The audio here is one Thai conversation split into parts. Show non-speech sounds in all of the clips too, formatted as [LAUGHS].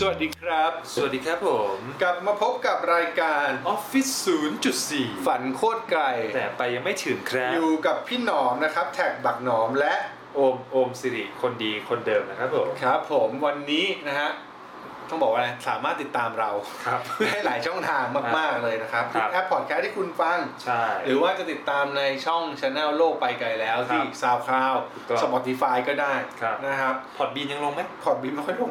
สวัสดีครับ สวัสดีครับผม กลับมาพบกับรายการ ออฟฟิศ0.4 ฝันโคตรไกล แต่ไปยังไม่ถึงครับ อยู่กับพี่หนอมนะครับ แท็กบักหนอมและ โอม โอมสิริ คนดีคนเดิมนะครับผม ครับผมวันนี้นะฮะ ต้องบอกว่าอะไรสามารถติดตามเรา ครับ ได้หลายช่องทางมาก ๆ เลยนะครับ คทุรัก บ แอปพอดแคสต์ที่คุณฟัง ใช่ หรือว่าจะติดตามในช่องช anel โลกไปไกลแล้วที่ ครับ SoundCloud ถูกต้อง Spotify ก็ได้ ครับ นะครับ พอดบีนยังลงไหม พอดบีมไม่ค่อยลง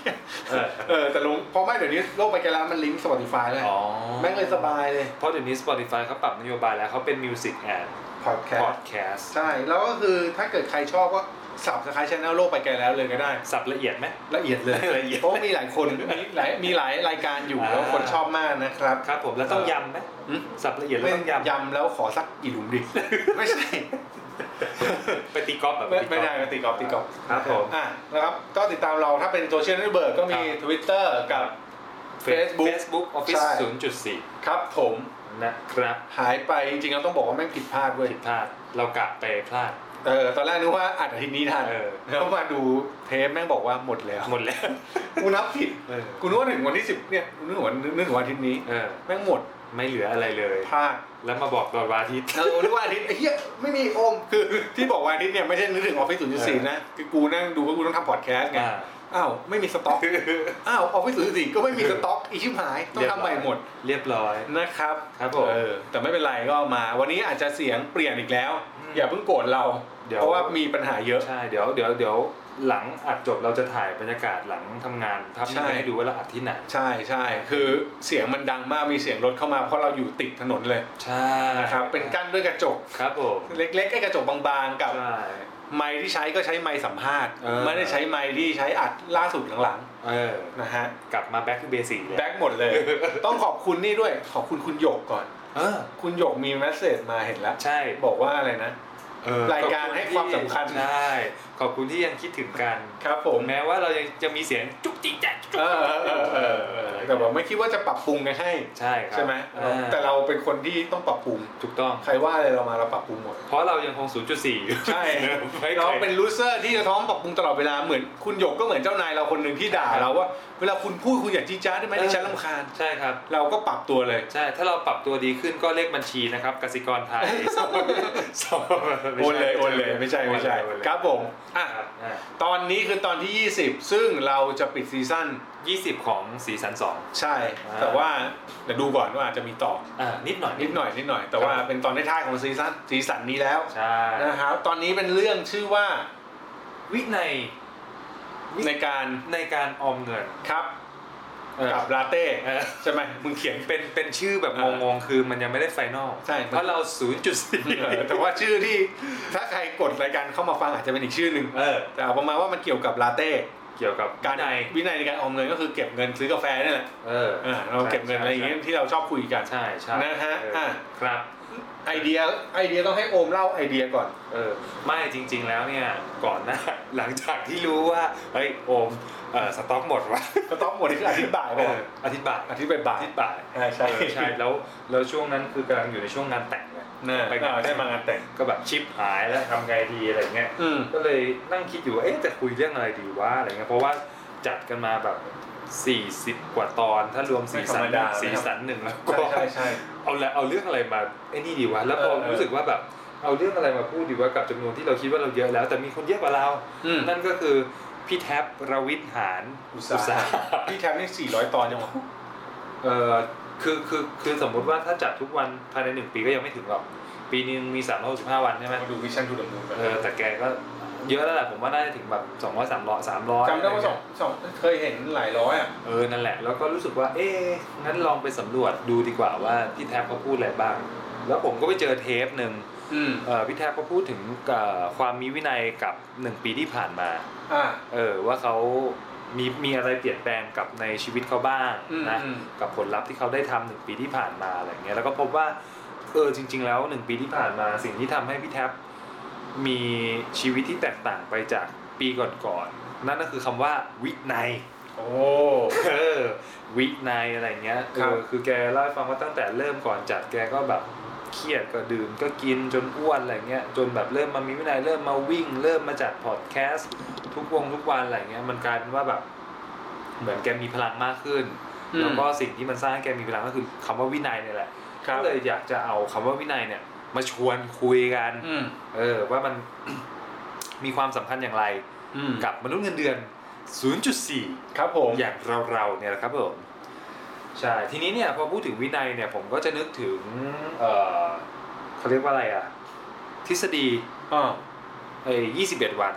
[LAUGHS] เออ เออแต่ลงเพราะไม่เดี๋ยวนี้โลกไปไกลแล้วมันลิงก์ Spotify เลย อ๋อ แม่งเลยสบายเลย เพราะเดี๋ยวนี้ Spotify เขาปรับนโยบายแล้วเขาเป็น Music and พอดแคสต์ Podcast ใช่ แล้วก็คือถ้าเกิดใครชอบก็สับสไครต์ชแนลโลกไปไกลแล้วเลยก็ได้ สับละเอียดไหม ละเอียดเลย ละเอียด เพราะมีหลายคนมีหลายมีหลายรายการอยู่ อ่า แล้วคนชอบมากนะครับ ครับผม แล้วต้องยำไหม อืม สับละเอียดแล้ว ไม่ ต้องยำ ยำแล้วขอสักกี่หลุมดิ ไม่ใช่ ไปตีกอล์ฟแบบ ไม่ไม่ได้ก็ตีกอล์ฟตีกอล์ฟ ครับผม อ่ะนะครับก็ติดตามเราถ้าเป็นโซเชียลเน็ตเวิร์กก็มี ครับ Twitter กับ Facebook Facebook Office ใช่ 0.4 ครับผม นะครับ หายไปจริงๆเราต้องบอกว่าแม่งผิดพลาดเว้ย ผิดพลาด เรากะไปพลาด เออตอนแรกนึกว่าอัดอาทิตย์นี้ทัน เออ แล้วมาดูเทปแม่งบอกว่าหมดแล้ว หมดแล้ว กูนับผิด เออ กูนึกว่าถึงวันที่สิบเนี่ยกูนึกว่านึกถึงวันอาทิตย์นี้ เออ แม่งหมด ไม่เหลืออะไรเลย พลาด แล้วมาบอกตอนวันอาทิตย์ เออนึกว่าอาทิตย์ไอ้เหี้ยไม่มีโอมคือที่บอกว่าอาทิตย์เนี่ยไม่ใช่นึกถึงออฟฟิศศูนย์จุดสี่นะคือกูนั่งดูว่ากูต้องทำพอดแคสต์ไง อ่า อ้าวไม่มีส [LAUGHS] ต็อกอ้าวออฟฟิศศูนย์จุดสี่ก็ไม่มีสต็อกอีชิบหายต้องทำใหม่หมด [LAUGHS] เรียบร้อย นะครับ ครับผม เออแต่ไม่เป็นไรก็มา วันนี้อาจจะเสียงเปลี่ยนอีกแล้ว อืม อย่าเพิ่งโกรธเรา เดี๋ยว เพราะว่ามีปัญหาเยอะ ใช่เดี๋ยวเดี๋ยวเดี๋ยวหลังอัดจบเราจะถ่ายบรรยากาศหลังทำงานทับ ใช่ นี่ให้ดูว่าเราอัดที่ไหน ใช่ใช่คือเสียงมันดังมากมีเสียงรถเข้ามาเพราะเราอยู่ติดถนนเลย ใช่ นะครับเป็นกั้นด้วยกระจก ครับผม เล็กๆไอ้กระจกบางๆกับ ใช่ ไม้ที่ใช้ก็ใช้ไม้สัมภาษณ์ เออ ไม่ได้ใช้ไม้ที่ใช้อัดล่าสุดหลัง เออ ๆนะฮะ กลับมา back to basic เลย แบ็กหมดเลย ต้องขอบคุณนี่ด้วยขอบคุณคุณหยกก่อน เออ คุณหยกมีเมสเซจมาเห็นแล้ว ใช่ บอกว่าอะไรนะ เออ รายการให้ความสำคัญ ใช่ขอบคุณที่ยังคิดถึงกัน ครับผม แม้ว่าเรายังจะมีเสียงจุกจิกแจ๊กจุก เออเออเออเออเออแต่แบบไม่คิดว่าจะปรับปรุงกันให้ ใช่ครับ ใช่ไหม อ่า แต่เราเป็นคนที่ต้องปรับปรุง ถูกต้อง ใครว่าอะไรเรามาเราปรับปรุงหมด เพราะเรายังคง 0.4อยู่ [LAUGHS] ใช่ ไม่คย เราเป็นลูเซอร์ที่จะท้องปรับปรุงตลอดเวลาเหมือนคุณหยกก็เหมือนเจ้านายเราคนหนึ่งที่ด่าเราว่าเวลาคุณพูดคุณอย่าจี้จ้าได้ไหมดิฉันรำคาญ ใช่ครับ เราก็ปรับตัวเลย ใช่ ถ้าเราปรับตัวดีขึ้นก็เลขบัญชีนะครับกสิกรไท [LAUGHS] ย โอนเลยโอนเลยไม่ใช่ไม่ใช่ค ครั รั บบ ผมอ่ะตอนนี้คือตอนที่ 20 ซึ่งเราจะปิดซีซั่น ยี่สิบของสีสันสอง ใช่ อ่า แต่ว่าเดี๋ยวดูก่อนว่าอาจจะมีต่อ อ่านิดหน่อย นิดหน่อยนิดหน่อย แต่ ครับ ว่าเป็นตอนท้ายๆของซีซั่นซีซั่นนี้แล้ว ใช่ นะครับตอนนี้เป็นเรื่องชื่อว่า วินัย ในการ ในการออมเงิน ครับ เออ กับลาเต้ เออ ใช่ไหมมึงเขียน เป็นเป็นชื่อแบบงงๆคือมันยังไม่ได้ไฟนอล ใช่ เพราะเรา [LAUGHS] 0.4 เออแต่ว่าชื่อที่ถ้าใครกดรายการเข้ามาฟังอาจจะเป็นอีกชื่อหนึ่ง เออ แต่เอาประมาณว่ามันเกี่ยวกับลาเต้ เกี่ยวกับ การ วินัย วินัยในการออมเงินก็คือเก็บเงินซื้อกาแฟนี่แหละ เออ อ่าเราเก็บเงินอะไรอย่างเงี้ยที่เราชอบคุยกัน ใช่ใช่ นะฮะ เออ อ่ะ ครับ ไอเดียไอเดียต้องให้โอมเล่าไอเดียก่อน เออไม่จริง ๆ แล้วเนี่ยก่อนหน้า [LAUGHS] หลังจากที่รู้ว่าเฮ้ยโอมเออสต็อกหมดว่ะ ก็ต้องหมดนี่คืออธิบายไป เอออธิบาย อธิบายบ่า อย ธิบาย ใช่ใช่ เออใช่แล้วแล้วช่วงนั้นคือกำลังอยู่ในช่วงงานแต่งไง น่าไปได้มางานแต่ง ก็แบบชิปหายแล้วทำไงดีอะไรเงี้ย อืม ก็เลยนั่งคิดอยู่ว่าเอ๊ะจะคุยเรื่องอะไรดีวะอะไรเงี้ยเพราะว่าจัดกันมาแบบ 40 กว่าตอนถ้ารวมสีสันสีสันหนึ่งแล้วก็ ใช่ใช่ใช่ เอาละเอาเรื่องอะไรมาไอ้นี่ดีวะแล้วพอ เออเออ รู้สึกว่าแบบเอาเรื่องอะไรมาพูดดีวะกับจำนวนที่เราคิดว่าเราเยอะแล้ว แต่มีคนเยอะกว่าเรา อืม นั่นก็คือพี่แท็บรวิทย์หาร อุตสาห์พี่แทมนี่สี่ร้อยตอนยังวะ เออคือคือคือสมมุติว่าถ้าจัดทุกวันภายในหนึ่งปีก็ยังไม่ถึงหรอก ปีนึงมี3 6 5 วันใช่ไหม มาดูวิชั่นทูดมูน เออแต่แกก็เยอะแล้วแหละผมว่าน่าจะถึงแบบ2 0 0 3 0 0 300 จำได้ว่าสองสองเคยเห็นหลายร้อยอ่ะ เออนั่นแหละ แล้วก็รู้สึกว่า เอ๊ะงั้นลองไปสำรวจดูดีกว่าว่าพี่แท็บเขาพูดอะไรบ้าง แล้วผมก็ไปเจอเทปหนึ่ง อืม เอ่อพี่แท็บเขาพูดถึงเอ่อความมีวินัยกับ 1 ปีที่ผ่านมา อ่า เออว่าเขา มีมีอะไรเปลี่ยนแปลงกับในชีวิตเขาบ้าง อืม นะ อืม กับผลลัพธ์ที่เขาได้ทำหนึ่งปีที่ผ่านมาอะไรเงี้ยแล้วก็พบว่าเออจริง ๆ แล้วหนึ่งปีที่ผ่านมาสิ่งที่ทำให้พี่แท็บมีชีวิตที่แตกต่างไปจากปีก่อนๆนั่นก็คือคำว่าวินัย โอ้ เออวินัยอะไรเงี้ยเอ ครับ อคือแกเล่าให้ฟังว่าตั้งแต่เริ่มก่อนจัดแกก็แบบเครียดก็ดื่มก็กินจนอ้วนอะไรเงี้ยจนแบบเริ่มมามีวินัยเริ่มมาวิ่ง เริ่มมาจัดพอดแคสต์ทุกวงทุกวันอะไรเงี้ยมันกลายเป็นว่าแบบเหมือนแกมีพลังมากขึ้น แล้วก็สิ่งที่มันสร้างให้แกมีพลังก็คือคำว่าวินัยเนี่ยแหละ ครับก็เลยอยากจะเอาคำว่าวินัยเนี่ย มาชวนคุยกัน อืม เออว่ามัน [COUGHS] มีความสำคัญอย่างไร อืม กับมนุษย์เงินเดือน 0.4 ครับผม อย่างเราเราๆเนี่ยแหละครับผมใช่ทีนี้เนี่ยพอพูดถึงวินัยเนี่ยผมก็จะนึกถึงเออเขาเรียกว่าอะไรอะทฤษฎี อ่า ไอ้ยี่สิบเอ็ดวัน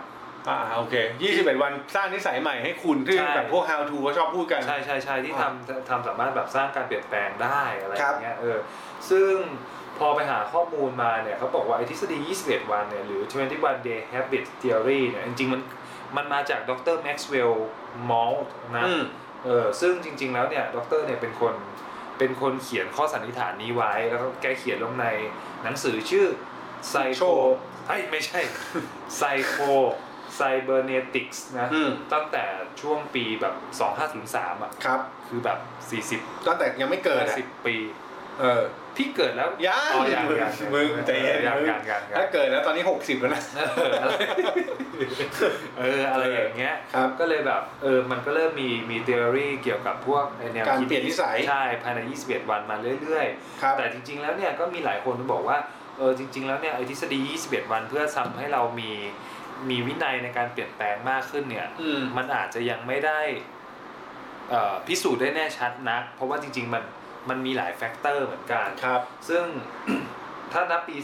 อ่าโอเค21 วันสร้างนิสัยใหม่ให้คุณที่ ใช่ แบบพวก how to ก็ชอบพูดกัน ใช่ใช่ใช่ที่ อ่า ทำทำสามารถแบบสร้างการเปลี่ยนแปลงได้อะไรอ ครับ ย่างเงี้ยเออซึ่งพอไปหาข้อมูลมาเนี่ยเขาบอกว่าไอ้ทฤษฎี 21 วันเนี่ยหรือ 21 day habit theory เนี่ยจริงๆมันมันมาจากดรแม็กซ์เวลล์มอลนะ อืม เออซึ่งจริง ๆ แล้วเนี่ยด็อกเตอร์เนี่ยเป็นคนเป็นคนเขียนข้อสันนิษฐานนี้ไว้ แล้วก็แกเขียนลงในหนังสือชื่อไซโค Show ไอ้ยไม่ใช่ [LAUGHS] ไซโคไซเบอร์เนติกส์นะ อืม ตั้งแต่ช่วงปีแบบ 2503อ่ะ ครับ คือแบบ 40 ตั้งแต่ยังไม่เกิดอะ 50 ปี เออ พี่เกิดแล้ว ยัง อ๋อยังยัง มึงใจเย็น ยัง มึง ยังยังยัง ถ้าเกิดแล้วตอนนี้ 60 แล้วนะ เอออะไรเอออะไรอย่างเงี้ย ครับ ก็เลยแบบเออ มันก็เริ่มมีมีทฤษฎีเกี่ยวกับพวกไอ้แนว การ คิด เปลี่ยนนิสัย ใช่ ภายใน 21 วันมาเรื่อย ครับ ๆ แต่จริง ๆ แล้วเนี่ยก็มีหลายคนที่บอกว่าเออจริง ๆ แล้วเนี่ยไอ้ทฤษฎี 21 วันเพื่อทำให้เรามีมีวินัยในการเปลี่ยนแปลงมากขึ้นเนี่ย อืม มันอาจจะยังไม่ได้เอ่อพิสูจน์ได้แน่ชัดนะเพราะว่าจริง ๆ มันมันมีหลายแฟกเตอร์เหมือนกัน ครับ ซึ่ง [COUGHS] ถ้านับปี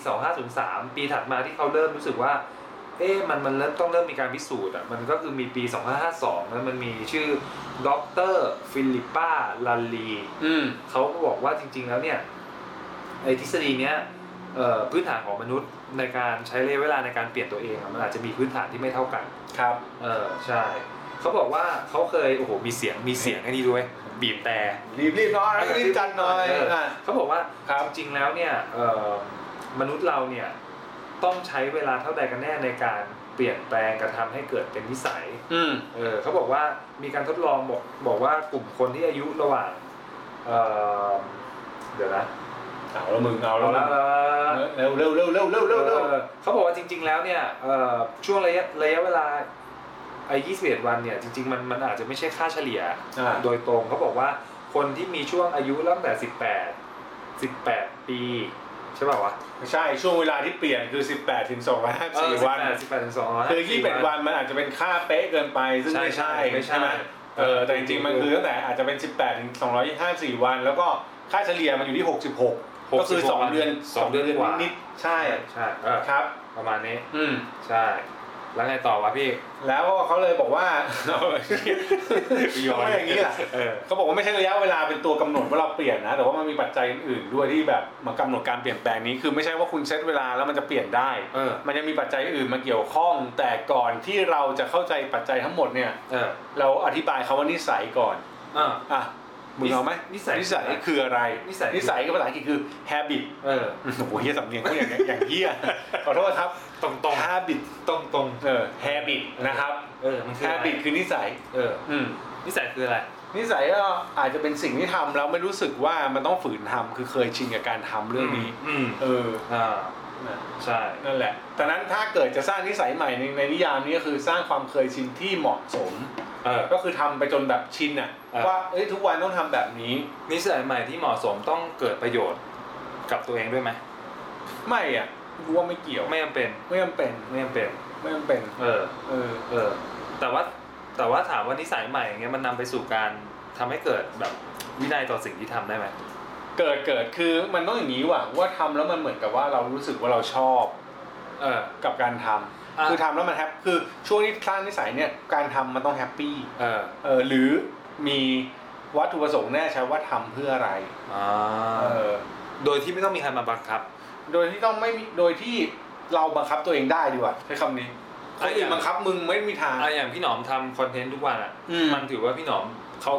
2503 ปีถัดมาที่เขาเริ่มรู้สึกว่า เอ๊ะมันมันเริ่มต้องเริ่มมีการพิสูจน์อ่ะ มันก็คือมีปี 2552 แล้วมันมีชื่อดรฟิลิปปาลาลี อืม เขาก็บอกว่าจริง ๆ แล้วเนี่ยไอ้ทฤษฎีเนี้ยเอ่อพื้นฐานของมนุษย์ในการใช้ระยะเวลาในการเปลี่ยนตัวเองอะมันอาจจะมีพื้นฐานที่ไม่เท่ากัน ครับ เออใช่ เขาบอกว่าเขาเคยโอ้โหมีเสียงมีเสียงไอ้นี่ด้วยบีบแต่ รีบรีบๆหน้อยรีบจัดหน่อยอ่ะ เขาบอกว่า ครับ จริงๆแล้วเนี่ยเอ่อมนุษย์เราเนี่ยต้องใช้เวลาเท่าใดกันแน่ในการเปลี่ยนแปลงกระทำให้เกิดเป็นนิสัย อืม เออเขาบอกว่ามีการทดลองบอกบอกว่ากลุ่มคนที่อายุระหว่างเอ่อเดี๋ยวนะ เอาแล้วมึงเอาแล้วนะ ะ เร็วเร็วเร็วเร็วเร็วเร็วเร็ว เออเขาบอกว่าจริง ๆ แล้วเนี่ยเอ่อช่วงระยะระยะเวลาไอ้ยี่สิบเอ็ดวันเนี่ยจริง ๆ มันมันอาจจะไม่ใช่ค่าเฉลี่ย อ่า โดยตรงเขาบอกว่าคนที่มีช่วงอายุตั้งแต่สิบแปดสิบแปดปีใช่ป่าวะ ไม่ใช่ช่วงเวลาที่เปลี่ยนคือ 18ถึง254 วัน สิบแปดถึงสองร้อย คือ21วันมันอาจจะเป็นค่าเป๊ะเกินไปซึ่ง ใช่ ไม่ ใช่ ใช่ ไม่ใช่ ไหมเออแต่จริงๆมันคือตั้งแต่อาจจะเป็น 18ถึง254 วัน แล้วก็ค่าเฉลี่ยมันอยู่ที่ 66 ก็คือ 2 เดือน สองเดือนกว่า นิดๆใช่ ใช่ใช่เออ ครับ ประมาณนี้ อืม ใช่ แล้วไงต่อวะพี่ แล้วก็เขาเลยบอก [LAUGHS] ว่า ทำไมอย่างนี้ล่ะ เออ เขาบอกว่าไม่ใช่ระยะเวลาเป็นตัวกำหนดว่าเราเปลี่ยนนะ แต่ว่ามันมีปัจจัยอื่นๆด้วยที่แบบมากำหนดการเปลี่ยนแปลงนี้คือไม่ใช่ว่าคุณเซตเวลาแล้วมันจะเปลี่ยนได้ เออ มันยังมีปัจจัยอื่นมาเกี่ยวข้อง แต่ก่อนที่เราจะเข้าใจปัจจัยทั้งหมดเนี่ย เออ เราอธิบายคาว่านิสัยก่อน อ่ะ อ่ะมึงเอาไหม นิสัย นิสัยคืออะไร นิสัย นิสัยก็ภาษาอังกฤษคือ habit เออ โอ้โหเฮียสำเนียงเขาอย่างเงี้ยอย่างเฮีย [LAUGHS] ขอโทษครับ ตรงตรง habit ตรงตรง เออ habit นะครับ ๆเออมันคืออะไร habit คือนิสัย เออ อืม นิสัยคืออะไร นิสัยก็อาจจะเป็นสิ่งที่ทำแล้วไม่รู้สึกว่ามันต้องฝืนทำคือเคยชินกับการทำเรื่องนี้ อืม เออ อ่า นะ ใช่ นั่นแหละแต่นั้นถ้าเกิดจะสร้างนิสัยใหม่ในในนิยามนี้ก็คือสร้างความเคยชินที่เหมาะสม เออ ก็คือทำไปจนแบบชินอ่ะ เออ ว่าเอ้ยทุกวันต้องทำแบบนี้ นิสัยใหม่ที่เหมาะสมต้องเกิดประโยชน์กับตัวเองด้วยไหม ไม่อ่ะรู้ว่าไม่เกี่ยว ไม่จำเป็น ไม่จำเป็น ไม่จำเป็น ไม่จำเป็น เออ เออ เออ แต่ว่า แต่ว่าถามว่านิสัยใหม่อย่างเงี้ยมันนำไปสู่การทำให้เกิดแบบวินัยต่อสิ่งที่ทำได้ไหม เกิดเกิดคือมันต้องอย่างนี้ว่ะว่าทำแล้วมันเหมือนกับว่าเรารู้สึกว่าเราชอบ เออ กับการทำ อ่ะ คือทำแล้วมันแฮปคือช่วงที่สร้างนิสัยเนี่ยการทำมันต้องแฮปปี้ เออ เออหรือมีวัตถุประสงค์แน่ชัดว่าทำเพื่ออะไร อ่า เออ โดยที่ไม่ต้องมีใครมาบังคับ โดยที่ต้องไม่มีโดยที่เราบังคับตัวเองได้ดีกว่าใช้คำนี้ คนอื่นบังคับมึงไม่มีทาง อะอย่างพี่หนอมทำคอนเทนต์ทุกวันอ่ะ อืม มันถือว่าพี่หนอมเขา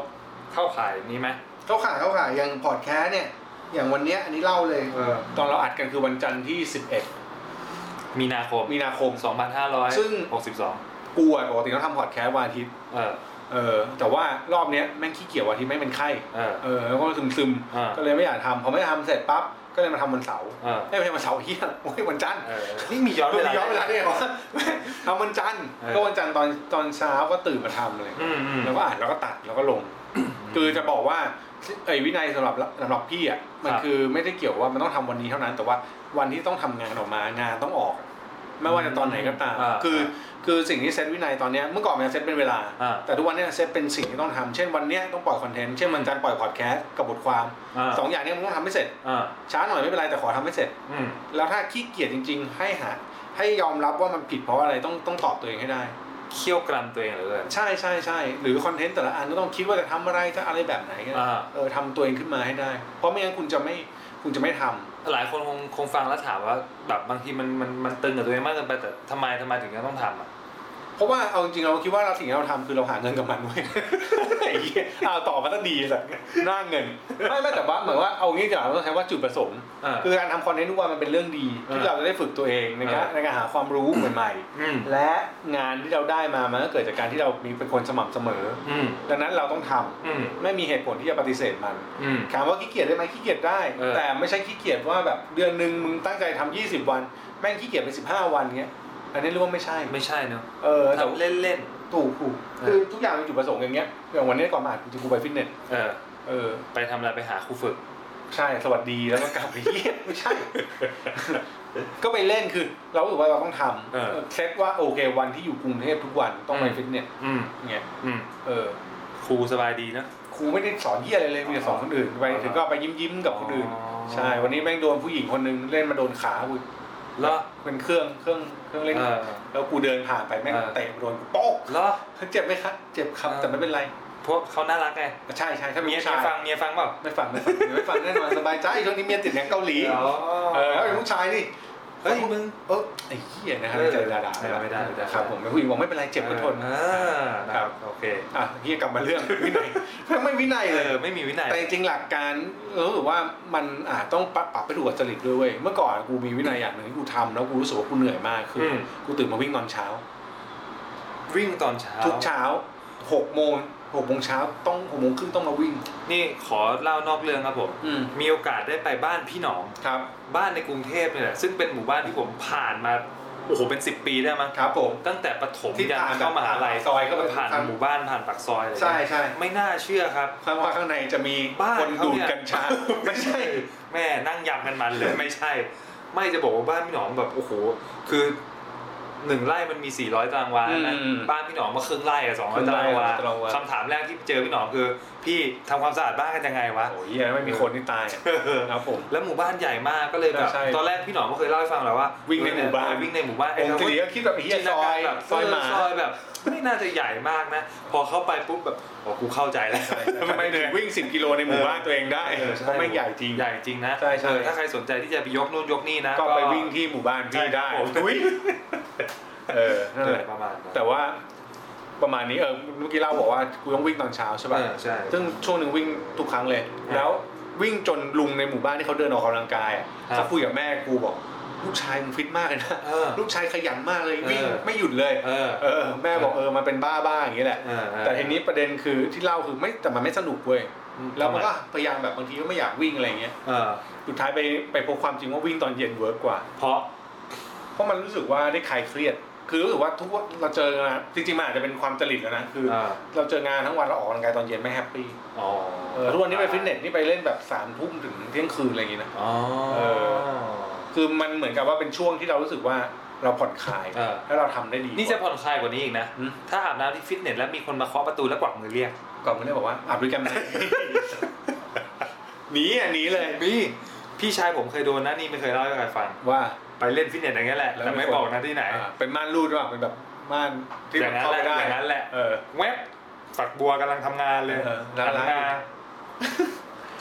เข้าขายนี้ไหม เขาขายเขาขายอย่างพอดแคสต์เนี่ย อย่างวันเนี้ยอันนี้เล่าเลย เออ ตอนเราอัดกันคือวันจันทร์ที่ 11 มีนาคม มีนาคม ซึ่ง 2562 กูอะปกติเขาทำพอดแคสต์วันอาทิตย์ เออ เออ แต่ว่ารอบเนี้ยแม่งขี้เกียจวันอาทิตย์แม่งเป็นไข้ เออ เออ แล้วก็ซึมซึมๆ อ่า ก็เลยไม่อยากทำพอไม่ทำเสร็จปั๊บ ก็เลยมาทำวันเสาร์ เออ ไม่ใช่วันเสาร์ [LAUGHS] เที่ยงโอ้ยวันจันทร์ เออนี่มีย้อนเวลา ย้อนเวลาได้ไงวะทำวันจันทร์ เออ ก็วันจันทร์ตอนตอนเช้าก็ตื่นมาทำอะไร อืมอืม แล้วก็อ่านแล้วก็ตัดแล้วก็ลง คือจะบอกว่าไอ้วินัยสำหรับสำหรับพี่อ่ะมันคือไม่ได้เกี่ยวว่ามันต้องทำวันนี้เท่านั้น แต่ว่าวันที่ต้องทำงานออกมางานต้องออกอะไม่ว่าจะตอนไหนก็ตาม อ่ คือคือสิ่งที่เซตวินัยตอนเนี้ยเมื่อก่อนมันจะเซตเป็นเวลา อ่า แต่ทุกวันเนี้ยเซตเป็นสิ่งที่ต้องทำเช่นวันเนี้ยต้องปล่อยคอนเทนต์เช่นวันจันทร์ปล่อยพอดแคสต์กับบทความ อ่า สองอย่างเนี้ยมันต้องทำให้เสร็จ อ่า ช้าหน่อยไม่เป็นไรแต่ขอทำให้เสร็จ อืม แล้วถ้าขี้เกียจจริง ๆ ให้หาให้ยอมรับว่ามันผิดเพราะอะไรต้องต้องตอบตัวเองให้ได้ เคี่ยวกรำตัวเองเหลือเกิน ใช่ใช่ใช่หรือคอนเทนต์แต่ละอันก็ต้องคิดว่าจะทำอะไรจะอะไรแบบไหน อ่า เออทำตัวเองขึ้นมาให้ได้ เพราะไม่งั้นคุณจะไม่คุณจะไม่ทำ หลายคนคงคงฟังแล้วถามว่าแบบบางทีมันมันมันตึงกับตัวเองมากเกินไปแต่ทำไมทำไมถึงยังต้องทำอ่ะ เพราะว่าเอาจริงๆเราคิดว่าเราสิ่งที่เราทำคือเราหาเงินกับมันเว้ย [LAUGHS] ไอ้เหี้ยเอาตอบมาตั้งดีสักหน้าเงินไม่ไม่แต่ว่าเหมือนว่าเอางี้ดีกว่าเราต้องใช้ว่าจุดประสงค์ อ่า คือการทำคอนเทนต์ทุกวันมันเป็นเรื่องดีที่ อ่า เราจะได้ฝึกตัวเองในการ อ่า ในการหาความรู้ใหม่ อืม ๆและงานที่เราได้มามันก็เกิดจากการที่เรามีเป็นคนสม่ำเสมอ อืม ดังนั้นเราต้องทำ อืม ไม่มีเหตุผลที่จะปฏิเสธมัน อืม ถามว่าขี้เกียจได้ไหมขี้เกียจได้ เออ แต่ไม่ใช่ขี้เกียจว่าแบบเดือนหนึ่งมึงตั้งใจทำ20 วัน แม่งขี้เกียจไป 15 วันเงี้ยอันนี้เรียกว่าไม่ใช่ ไม่ใช่เนอะ เออแต่ ทำเล่นเล่น ถูกถูก เออ คือทุกอย่างมีจุดประสงค์อย่างเงี้ยอย่างวันนี้ก่อนมาอัดกูไปฟิตเนส ๆเออ เออ ไปทำอะไรไปหาครูฝึก ใช่สวัสดีแล้วก็กลับไปเยี่ยม [LAUGHS] ไม่ใช่ ก็ไปเล่นคือ เรารู้สึกว่าเราต้องท เออ ำเซตว่าโอเควันที่อยู่กรุงเทพทุกวันต้องไป อืม ฟิตเนส อืม เงี้ย อืม เออ ครูสบายดีเนอะ ครูไม่ได้สอนเยี่ยอะไรเลยมีแต่สอนคนอื่นไป อ๋อ ถึงก็ไปยิ้มยิ้มๆกับคนอื่น ใช่ วันนี้แม่งโดนผู้หญิงคนนึงเล่นมาโดนขากู เหรอ เป็นเครื่องเครื่องเครื่องเล่น เออ แล้วกูเดินผ่านไปแม่ง เออ เตะมาโดนกูโป๊ก เหรอ เจ็บไหมครับเจ็บครับ เออ แต่ไม่เป็นไร เพราะเขาน่ารักไง ใช่ใช่ถ้ามี เมีย ผู้ เมี ชายย ฟังเมียฟังเปล่า ไม่ฟังไม่ฟังเดี๋ยวไม่ฟังแน่นอนสบายใจช่วงนี้เมียติดหนังเกาหลี อ๋อ เออแล้วเป็นผู้ชายนี่ เฮ้ยมึง เออไอ้เหี้ยนะครับ เออ ใจด่าด่า ไม่ได้ไม่ได้ไม่ได้ ครับผมแล้วผู้หญิงบอกไม่เป็นไรเจ็บก็ทน เออนะค ครั รับ บโอเค อ่ะเหี้ยกลับมาเรื่องวินัย [LAUGHS] แม่งไม่วินัย เอ เลย อไม่มีวินัย แต่จริงๆหลักการเรารู้สึกว่ามันอาจต้องปรับปรับไปถูกกับจริตด้วยเว้ยเมื่อก่อนกูมีวินัยอย่างหนึ่งที่กูทำแล้วกูรู้สึกว่ากูเหนื่อยมากคือ ม กูตื่นมาวิ่งตอนเช้า วิ่งตอนเช้า ทุกเช้าหกโมงหกโมงเช้าต้องหกโมงครึ่งต้องมาวิ่ง นี่ขอเล่านอกเรื่องครับผม อืม มีโอกาสได้ไปบ้านพี่หนอม ครับ บ้านในกรุงเทพเนี่ยแหละซึ่งเป็นหมู่บ้านที่ผมผ่านมาโอ้โหเป็น 10 ปีได้มั้ง ครับผม ตั้งแต่ประถม ที่ ยัน ผ่าน เข้ามหาลัย ซอยเข้าไป ผ่าน ครับ หมู่บ้านผ่านปากซอยอะไร ใช่ใช่ ไม่น่าเชื่อครับ คำว่าข้างในจะมี บ้าน คน เขา ดูด เนี่ย กัญชาไม่ใช่ แม่นั่งยำกันมันเลย ไม่ใช่ ไม่จะบอกว่าบ้านพี่หนอมแบบโอ้โหคือหนึ่งไร่มันมี 400ตารางวา อืม นะบ้านพี่หนอมมาครึ่งไร่อะสองร้ ครึ่ อย ง ตา ไร่ รางวา ตารางวา คำถามแรกที่เจอพี่หนอมคือ พี่ทำความสะอาดบ้านกันยังไงวะ [LAUGHS] โอ้ยเหี้ยไม่มีคนที่ตายอะครับผม แล้วหมู่บ้านใหญ่มากก็เลยแบบ ใช่ ตอนแรกพี่หนอมก็เคยเล่าให้ฟังแล้วว่า วิ่งในหมู่บ้าน วิ่งในหมู่บ้าน ผ ไอ้ ม คำ ที ว่า นี้ก็คิดแบบ จิ เฮีย น ซอนตาย การแบบ ซอยหมา ซอยแบบไม่น่าจะใหญ่มากนะ พอเข้าไปปุ๊บแบบโอ้กูเข้าใจแล้ว ทำไมถึงวิ่งสิบกิโลในหมู่บ้านตัวเองได้ เออใช่ เพราะไม่งใหญ่จริง ใหญ่จริงนะ ใช่ใช่ เออถ้าใครสนใจที่จะไปยกนู่นยกนี่นะ ก็ไปวิ่งที่หมู่บ้านพี่ได้ ใช่ครับผม อุ๊ [LAUGHS] ยเออนั่น เอ แห อ ละ ประมาณนั้น แต่ว่าประมาณนี้เออเมื่อกี้เล่าบอกว่ากูต้องวิ่งตอนเช้าใช่ป่ะ เออใช่ ซึ่งช่วงหนึ่งวิ่งทุกครั้งเลย อืม แล้ววิ่งจนลุงในหมู่บ้านที่เขาเดินออกกำลังกายอะ ครับ เขาคุยกับแม่กูบอก ลูกชายมึงฟิตมากเลยนะ เออ ลูกชายขยันมากเลย เออ วิ่งไม่หยุดเลย เออ เออ แม่บอกเออมันเป็นบ้าบ้าอย่างนี้แหละ เออเออ แต่ทีนี้ประเด็นคือที่เล่าคือไม่แต่มันไม่สนุกเว้ยแล้วมันก็ ทำไ พยายามแบบบางทีก็ไม่อยากวิ่งอะไรอย่างเงี้ย เออ สุดท้ายไปไปพบความจริงว่าวิ่งตอนเย็นเวิร์กกว่า เพราะ เพราะมันรู้สึกว่าได้คลายเครียด คือรู้สึกว่าทุกวันเราเจอนะจริงๆมันอาจจะเป็นความจริตแล้วนะ คือ อ่า เราเจองานทั้งวันเราออกกำลังกายตอนเย็นไม่แฮปปี้ อ๋อ เออทุกวันนี้ไปฟิตเนสนี่ไปเล่นแบบสามทุ่มถึงเที่ยงคืนอะไรอย่างงี้นะ อ๋อ เอ คือมันเหมือนกับว่าเป็นช่วงที่เรารู้สึกว่าเราผ่อนคลาย เออ แล้วเราทำได้ดี นี่จะผ่อนคลายกว่านี้อีกนะ อืม ถ้าอาบน้ำที่ฟิตเนสแล้วมีคนมาเคาะประตูแล้วกวักมือเรียก ก่อนมันเลยบอกว่าอาบริ [LAUGHS] กรรมไหน หนีอ่ะหนีเลย พี่พี่ชายผมเคยโดนนะนี่ไม่เคยเล่าให้ใครฟัง ว่า ไปเล่นฟิตเนสอย่างนั้นแหละ แล้ว แต่ไม่ ไม่บอก บอกนะที่ไหน อ่าเป็นม่านรูดหรือเปล่าเป็นแบบม่านที่ อ มั ย่านงนั้น เข้า แหละ ไม่ได้ อย่างนั้นแหละ เออ เว็บฝักบัวกำลังทำงานเลย เออ หัน ร้าน หน้า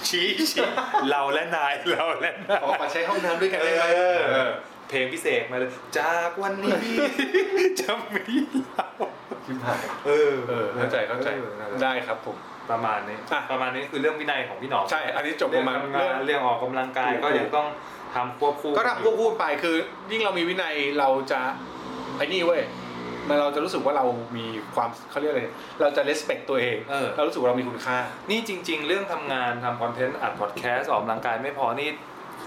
ชี้ชี้เราและนายเราและนาย ขอขอใช้ห้องน้ำด้วยกันได้ไหม เออ เออ เพลงพิเศษมาเลย จากวันนี้ จะมีเรา ชิบหาย เออ เออเข้าใจเข้าใจ ออนั่นแหละ ได้ครับผม ประมาณนี้ อ่ะ ประมาณนี้คือเรื่องวินัยของพี่หนอม ใช่อันนี้จบประมาณ เรื่องทำงานเรื่องออกกำลังกาย ถูก ก็ยังต้องทำควบคู่ ก็ทำควบคู่ไปคือยิ่งเรามีวินัยเราจะไอ้นี่เว้ยมันเราจะรู้สึกว่าเรามีความเขาเรียกอะไรเราจะ respect ตัวเอง เออ เรารู้สึกว่าเรามีคุณค่า นี่จริง ๆ เรื่องทำงานทำคอนเทนต์อัดพอดแคสต์ออกกำลังกายไม่พอนี่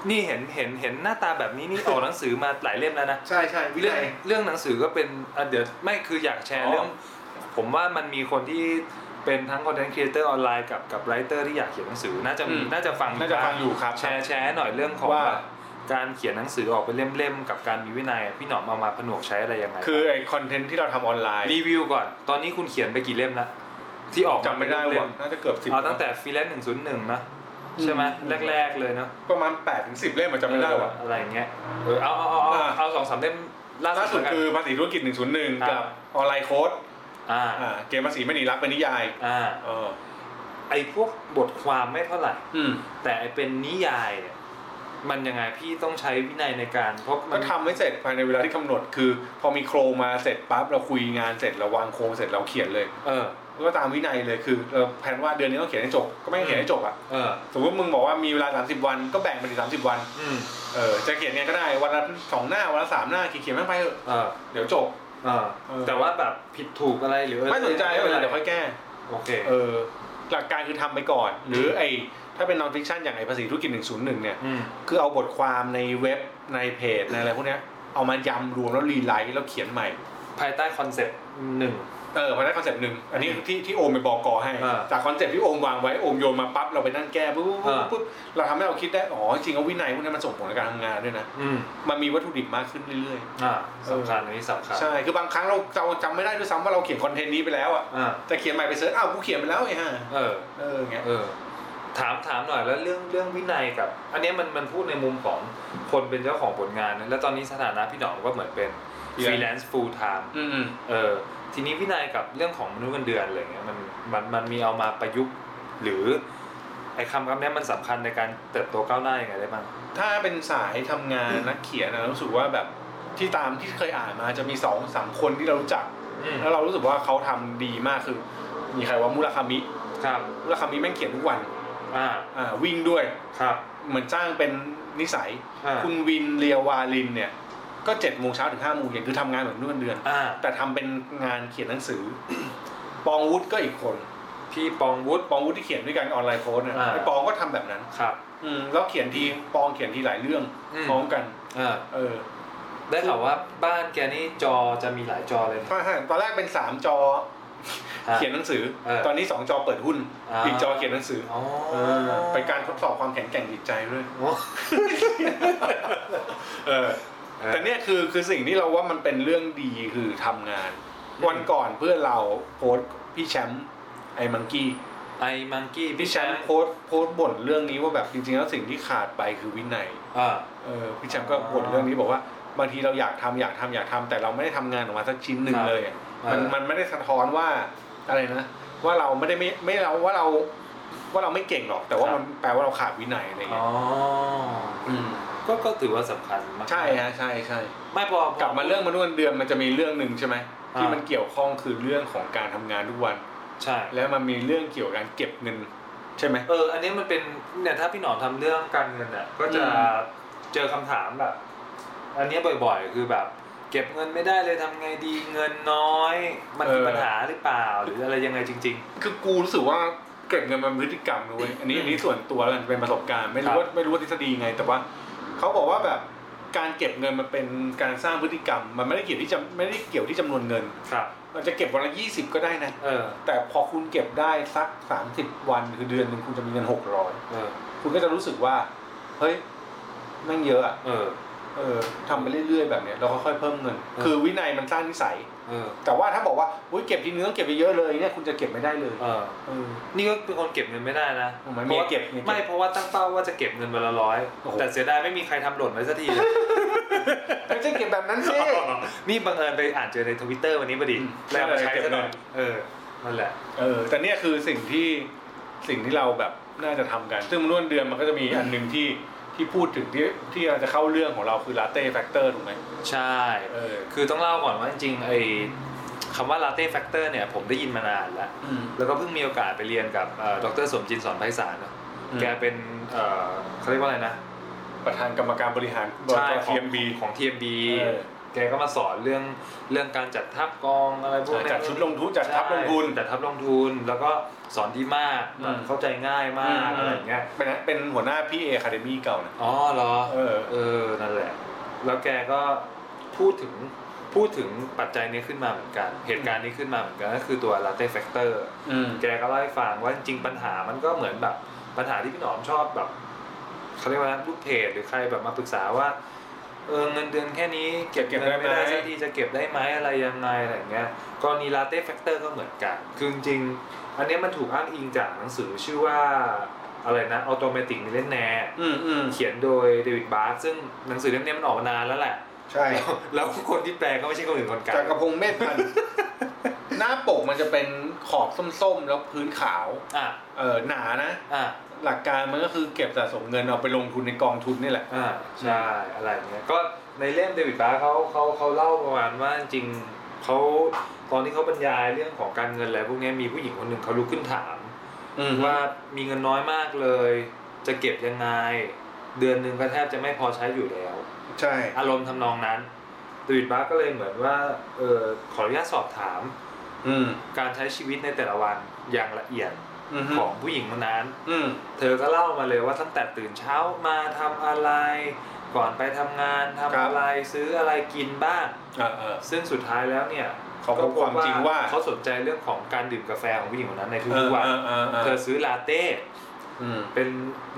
นี่เห็นเห็นเห็นหน้าตาแบบนี้นี่ ออกหนังสือมาหลายเล่มแล้วนะ ใช่ใช่วิ เรื่อง นัย เรื่องหนังสือก็เป็นอ่ะเดี๋ยวไม่คืออยากแชร์ อ๋อ เรื่อง ผมว่ามันมีคนที่เป็นทั้งคอนเทนต์ครีเอเตอร์ออนไลน์กับกับไรเตอร์ที่อยากเขียนหนังสือน่าจะมีน่าจะฟัง น่าจะฟังอยู่ครับ แชร์แชร์หน่อยเรื่องของ ว่า แบบการเขียนหนังสือออกเป็นเล่มๆ กับการมีวินัยพี่หนอมเอามาผนวกใช้อะไรยังไง คือไอ้คอนเทนต์ที่เราทำออนไลน์ รีวิวก่อน ตอนนี้คุณเขียนไปกี่เล่มละที่ออกา จำไม่ได้ เป็นเล่ ว่ะ ม น่าจะเกือบสิบ เอาตั้งแต่ฟีแลนซ์หนึ่งศูนย์หนึ่งนะใช่ไหมแรกๆเลยเนาะ ประมาณ8ปดถึงสิบเล่มอะจำไม่ได้ว่ะ เอออะไรอย่างเงี้ยเออเอาเอาเอาเอา อ่า เอาสองสามเล่มล่า ล่าสุ สุ ด ด คือ อ ภาษีธุรกิจ 101 ครั กับบ ออนไลน์โค้ด อ่า อ่าเกมภาษีไม่หนีรักเป็นนิยาย อ่า เออ ไอพวกบทความไม่เท่าไหร่ อืม แต่ไอเป็นนิยายเนี่ยมันยังไงพี่ต้องใช้วินัยในการเพราะมั ก็ น ทำให้เสร็จภายในเวลาที่กำหนดคือ พอมีโครงมาเสร็จปั๊บเราคุยงานเสร็จเราวางโครงเสร็จเราเขียนเลย เออ ก็ตามวินัยเลยคือเราแผนว่าเดือนนี้ต้องเขียนให้จบก็ไม่เขียนให้จบอ่ะ เออ สมมติมึงบอกว่ามีเวลา 30 วันก็แบ่งเป็นสามสิบวัน อืม เออจะเขียนไงก็ได้วันละสองหน้าวันละสามหน้าเขียนๆแม่งไปเถอะ เออ เดี๋ยวจบ อ่า เออ แต่ว่าแบบผิดถูกอะไรหรือ ไม่สนใจไม่เป็นไรเดี๋ยวค่อยแก้ โอเค เออหลักการคือทำไปก่อน หรือไอถ้าเป็นนอนฟิคชันอย่างไอภาษีธุรกิจ 101 เนี่ย อืม คือเอาบทความในเว็บในเพจในอะไรพวกเนี้ยเอามายำรวมแล้วรีไลท์แล้วเขียนใหม่ ภายใต้คอนเซ็ปต์หนึ่ง เออภายใต้คอนเซปต์หนึ่งอันนี้ อืม ที่ที่โอมไปบอกกอให้ อ่า จากคอนเซปต์ที่โอมวางไว้ โอมโยนมาปั๊บ เราไปนั่งแก้ปุ๊บปุ๊บปุ๊บ อ่า ปุ๊บเราทำให้เราคิดได้ อ๋อ จริงๆแล้ววินัยพวกนี้มันส่งผลต่อการทำงานด้วยนะ อืม มันมีวัตถุดิบมากขึ้นเรื่อย อ่า เออ สำคัญอันนี้สำคัญ ๆ ใช่ คือบางครั้งเราเราจำไม่ได้ด้วยซ้ำว่าเราเขียนคอนเทนต์นี้ไปแล้วอ่ะ อ่า แต่เขียนใหม่ไปเสิร์ชอ้าวกูเขียนไปแล้วไอ้ห่า เออ เอออย่างเงี้ย เออ ถามถามหน่อยแล้วเรื่องเรื่องวินัยกับ อันเนี้ยมันมันพูดในมุมของคนเป็นเจ้าของผลงานนะแล้วตอนนี้สถานะพี่หนองก็เหมือนเป็น เดือน ฟรีแลนซ์ฟูลไทม์ อืม เออ ทีนี้วินัยกับเรื่องของมนุษย์เงินเดือนอะไรเงี้ยมันมันมันมีเอามาประยุกต์ หรือไอ้คำคำเนี้ยมันสำคัญในการเติบโตก้าวหน้ายังไงได้บ้าง ถ้าเป็นสายทำงานนักเขียนนะรู้สึกว่าแบบที่ตามที่เคยอ่านมาจะมีสองสามคนที่เรารู้จัก อืม แล้วเรารู้สึกว่าเขาทำดีมากคือ มีใครว่ามุราคามิ ครับ มุราคามิแม่งเขียนทุกวัน อ่า อ่าวิ่งด้วย ครับ เหมือนจ้างเป็นนิสัย อ่า คุณวินเรียววาลินเนี่ย ก็เจ็ดโมงเช้าถึงห้าโมงเย็นคือทำงานเหมือนเดือนเดือน อ่า แต่ทำเป็นงานเขียนหนังสือ [COUGHS] ปองวุฒิก็อีกคน พี่ปองวุฒิ ปองวุฒิที่เขียนด้วยกันออนไลน์โค้ดนะ อ่า ไอ้ปองก็ทำแบบนั้น ครับ อืมแล้วเขียนทีปองเขียนทีหลายเรื่อง อืม พร้อมกัน เออ เออ ได้ข่าวว่าบ้านแกนี่จอจะมีหลายจอเลยนะ ใช่ใช่ตอนแรกเป็นสามจอ ฮะ เขียนหนังสือ เออ ตอนนี้สองจอเปิดหุ้น อ่า อีกจอเขียนหนังสือ อ๋อ อเป็นการทดสอบความแข็งแกร่งจิตใจด้วย โอ้ เออ แต่เนี่ยคือคือสิ่งที่เราว่ามันเป็นเรื่องดีคือทำงาน วันก่อนเพื่อนเราโพสต์พี่แชมป์ไอ้มังกี้ ไอ้มังกี้พี่ พี่แชมแชม ป์ ป์ โพสต์โพสต์บ่นเรื่องนี้ว่าแบบจริงๆแล้วสิ่งที่ขาดไปคือวินัย อ่า เออพี่แชมป์ก็บ่นเรื่องนี้บอกว่า บางทีเราอยากทำอยากทำอยากทำแต่เราไม่ได้ทำงานออกมาสักชิ้นหนึ่ง ครับ เลยอะ เออ มันมันไม่ได้สะท้อนว่าอะไรนะว่าเราไม่ได้ไม่ไม่เราว่าเราว่าเราไม่เก่งหรอก แต่ว่ามันแปลว่าเราขาดวินัยอะไร อ๋ เงี้ อย ม ก็ก็ถือว่าสำคัญมาก ใช่ฮะใช่ใช่ ไม่พอพอ กลับมาเรื่องมนุษย์เงินเดือนมันจะมีเรื่องหนึ่งใช่ไหม อ่า ที่มันเกี่ยวข้องคือเรื่องของการทำงานทุกวัน ใช่ แล้วมันมีเรื่องเกี่ยวกับการเก็บเงินใช่ไหม เออ อันนี้มันเป็นเนี่ยถ้าพี่หนอนทำเรื่องการเงินอ่ะก็จะ อืม เจอคำถามแบบ อันเนี้ยบ่อยๆ คือแบบ เก็บเงินไม่ได้เลยทำไงดีเงินน้อย มันมีปัญหาหรือเปล่าหรืออะไรยังไงจริง คือกูรู้สึกว่าเก็บเงินมันเป็นพฤติกรรมนะเว้ยอันนี้ อืม อันนี้ส่วนตัวแล้วกันเป็นประสบการณ์ไม่รู้ว่าไม่รู้ว่าทฤษฎีไง แต่ว่าเขาบอกว่าแบบการเก็บเงินมันเป็นการสร้างพฤติกรรม มันไม่ได้เกี่ยวที่จะไม่ได้เกี่ยวที่จำนวนเงิน ๆ ครับ เราจะเก็บวันละยี่สิบก็ได้นะ เออ แต่พอคุณเก็บได้สักสามสิบวันคือเดือนหนึ่งคุณจะมีเงินหกร้อย เออ คุณก็จะรู้สึกว่า เฮ้ยแม่งเยอะอะ เออ เออทำไปเรื่อยๆแบบเนี้ยเราค่อยๆเพิ่มเงิน เออ คือวินัยมันสร้างนิสัย เออ แต่ว่าถ้าบอกว่าอุ๊ยเก็บทีนึงต้องเก็บไปเยอะเลยเนี่ยคุณจะเก็บไม่ได้เลย เออ เออ นี่ก็เป็นคนเก็บเงินไม่ได้นะ ผมไม่ พราะว่า เก็บไม่เก็บ ไม่เพราะว่าตั้งเป้าว่าจะเก็บเงินวันละร้อย โอ้โห แต่เสียดายไม่มีใครทำหล่นไว้สักทีเลย [LAUGHS] ไม่ใช่เก็บแบบนั้นสิ นี่บังเอิญไปอ่านเจอในทวิตเตอร์วันนี้พ [LAUGHS] อดี อืม แล้วเอามาใช้ เก็บ ซะหน่อย เงิน เออ นั่นแหละ เออแต่เนี่ยคือสิ่งที่สิ่งที่เราแบบน่าจะทำกัน ซึ่งร่วนเดือนมันก็จะมีอันหนึ่งที่ ที่พูดถึงที่ที่เราจะเข้าเรื่องของเราคือลาเต้แฟกเตอร์ถูกไหม ใช่ เออ คือต้องเล่าก่อนว่าจริงๆไอ้คำว่าลาเต้แฟกเตอร์เนี่ยผมได้ยินมานานแล้ว อืม แล้วก็เพิ่งมีโอกาสไปเรียนกับดรสมจินสอนไพศาลเนอะ อืม แกเป็นเอ่อเขาเรียกว่าอะไรนะ ประธานกรรมการบริหารบริษัท ของ ทีเอ็มบี ของ TMB เออ แกก็มาสอนเรื่องเรื่องการจัดทัพกองอะไรพวกเนี้ย จัดชุดลงทุนจัดทับลงทุน ใช่จัดทัพลงทุน แล้วก็สอนดีมาก อืม เข้าใจง่ายมากอะไรอย่างเงี้ย เป็นนะเป็นหัวหน้าพี่เอคาเดมี่เก่านะ อ๋อเหรอ เออ เออ นั่นแหละ แล้วแกก็พูดถึงพูดถึงปัจจัยนี้ขึ้นมาเหมือนกัน เหตุการณ์นี้ขึ้นมาเหมือนกันก็คือตัว latte factor อืม แกก็เล่าให้ฟังว่าจริงๆปัญหามันก็เหมือนแบบปัญหาที่พี่หนอมชอบแบบเขาเรียกว่าลูกเพจหรือใครแบบมาปรึกษาว่าเออเงินเดือนแค่นี้เก็บ เก็ เงิ บ น ได้ไหม ไม่ได้สักทีจะเก็บได้ไหมอะไรยังไงอะไรอย่างเงี้ยกรณีลาเต้แฟกเตอร์ก็เหมือนกันคือจริงๆอันเนี้ยมันถูกอ้างอิงจากหนังสือชื่อว่าอะไรนะออโตเมติกมิเลนแนร อืมอืม เขียนโดยเดวิดบาร์สซึ่งหนังสือเล่มนี้มันออกมานานแล้วแหละ [COUGHS] ใช่ แล้วแล้วคนที่แปลก็ไม่ใช่คนอื่นคนไกล จักรพงศ์เมธพันธ์ หน้าปกมันจะเป็นขอบส้มๆ แล้วพื้นขาว อ่ะ เออหนานะ อ่ะ หลักการมันก็คือเก็บสะสมเงินเอาไปลงทุนในกองทุนนี่แหละ อ่ะใช่อะไรอย่างเงี้ยก็ในเล่มเดวิดบาร์สเขาเขาเขาเล่าประมาณว่าจริงๆเขาตอนที่เขาบรรยายเรื่องของการเงินอะไรพวกเนี้ยมีผู้หญิงคนหนึ่งเขาลุกขึ้นถาม อืม ว่ามีเงินน้อยมากเลย จะเก็บยังไง เดือนหนึ่งก็แทบจะไม่พอใช้อยู่แล้ว ใช่ อารมณ์ทำนองนั้นเดวิดบาร์สก็เลยเหมือนว่าเออขออนุญาตสอบถาม อืม การใช้ชีวิตในแต่ละวันอย่างละเอียด อืม ของผู้หญิงคนนั้น อืม เธอก็เล่ามาเลยว่าตั้งแต่ตื่นเช้ามาทำอะไร ก่อนไปทำงานทำอะไรซื้ออะไรกินบ้าง อ่าอ่า ซึ่งสุดท้ายแล้วเนี่ย เขาพบความจริงว่า เขาสนใจเรื่องของการดื่มกาแฟของผู้หญิงคนนั้นในทุ เอกอ ๆวัน เออเออเอ เธ อ อซื้อลาเต้ อืม เป็น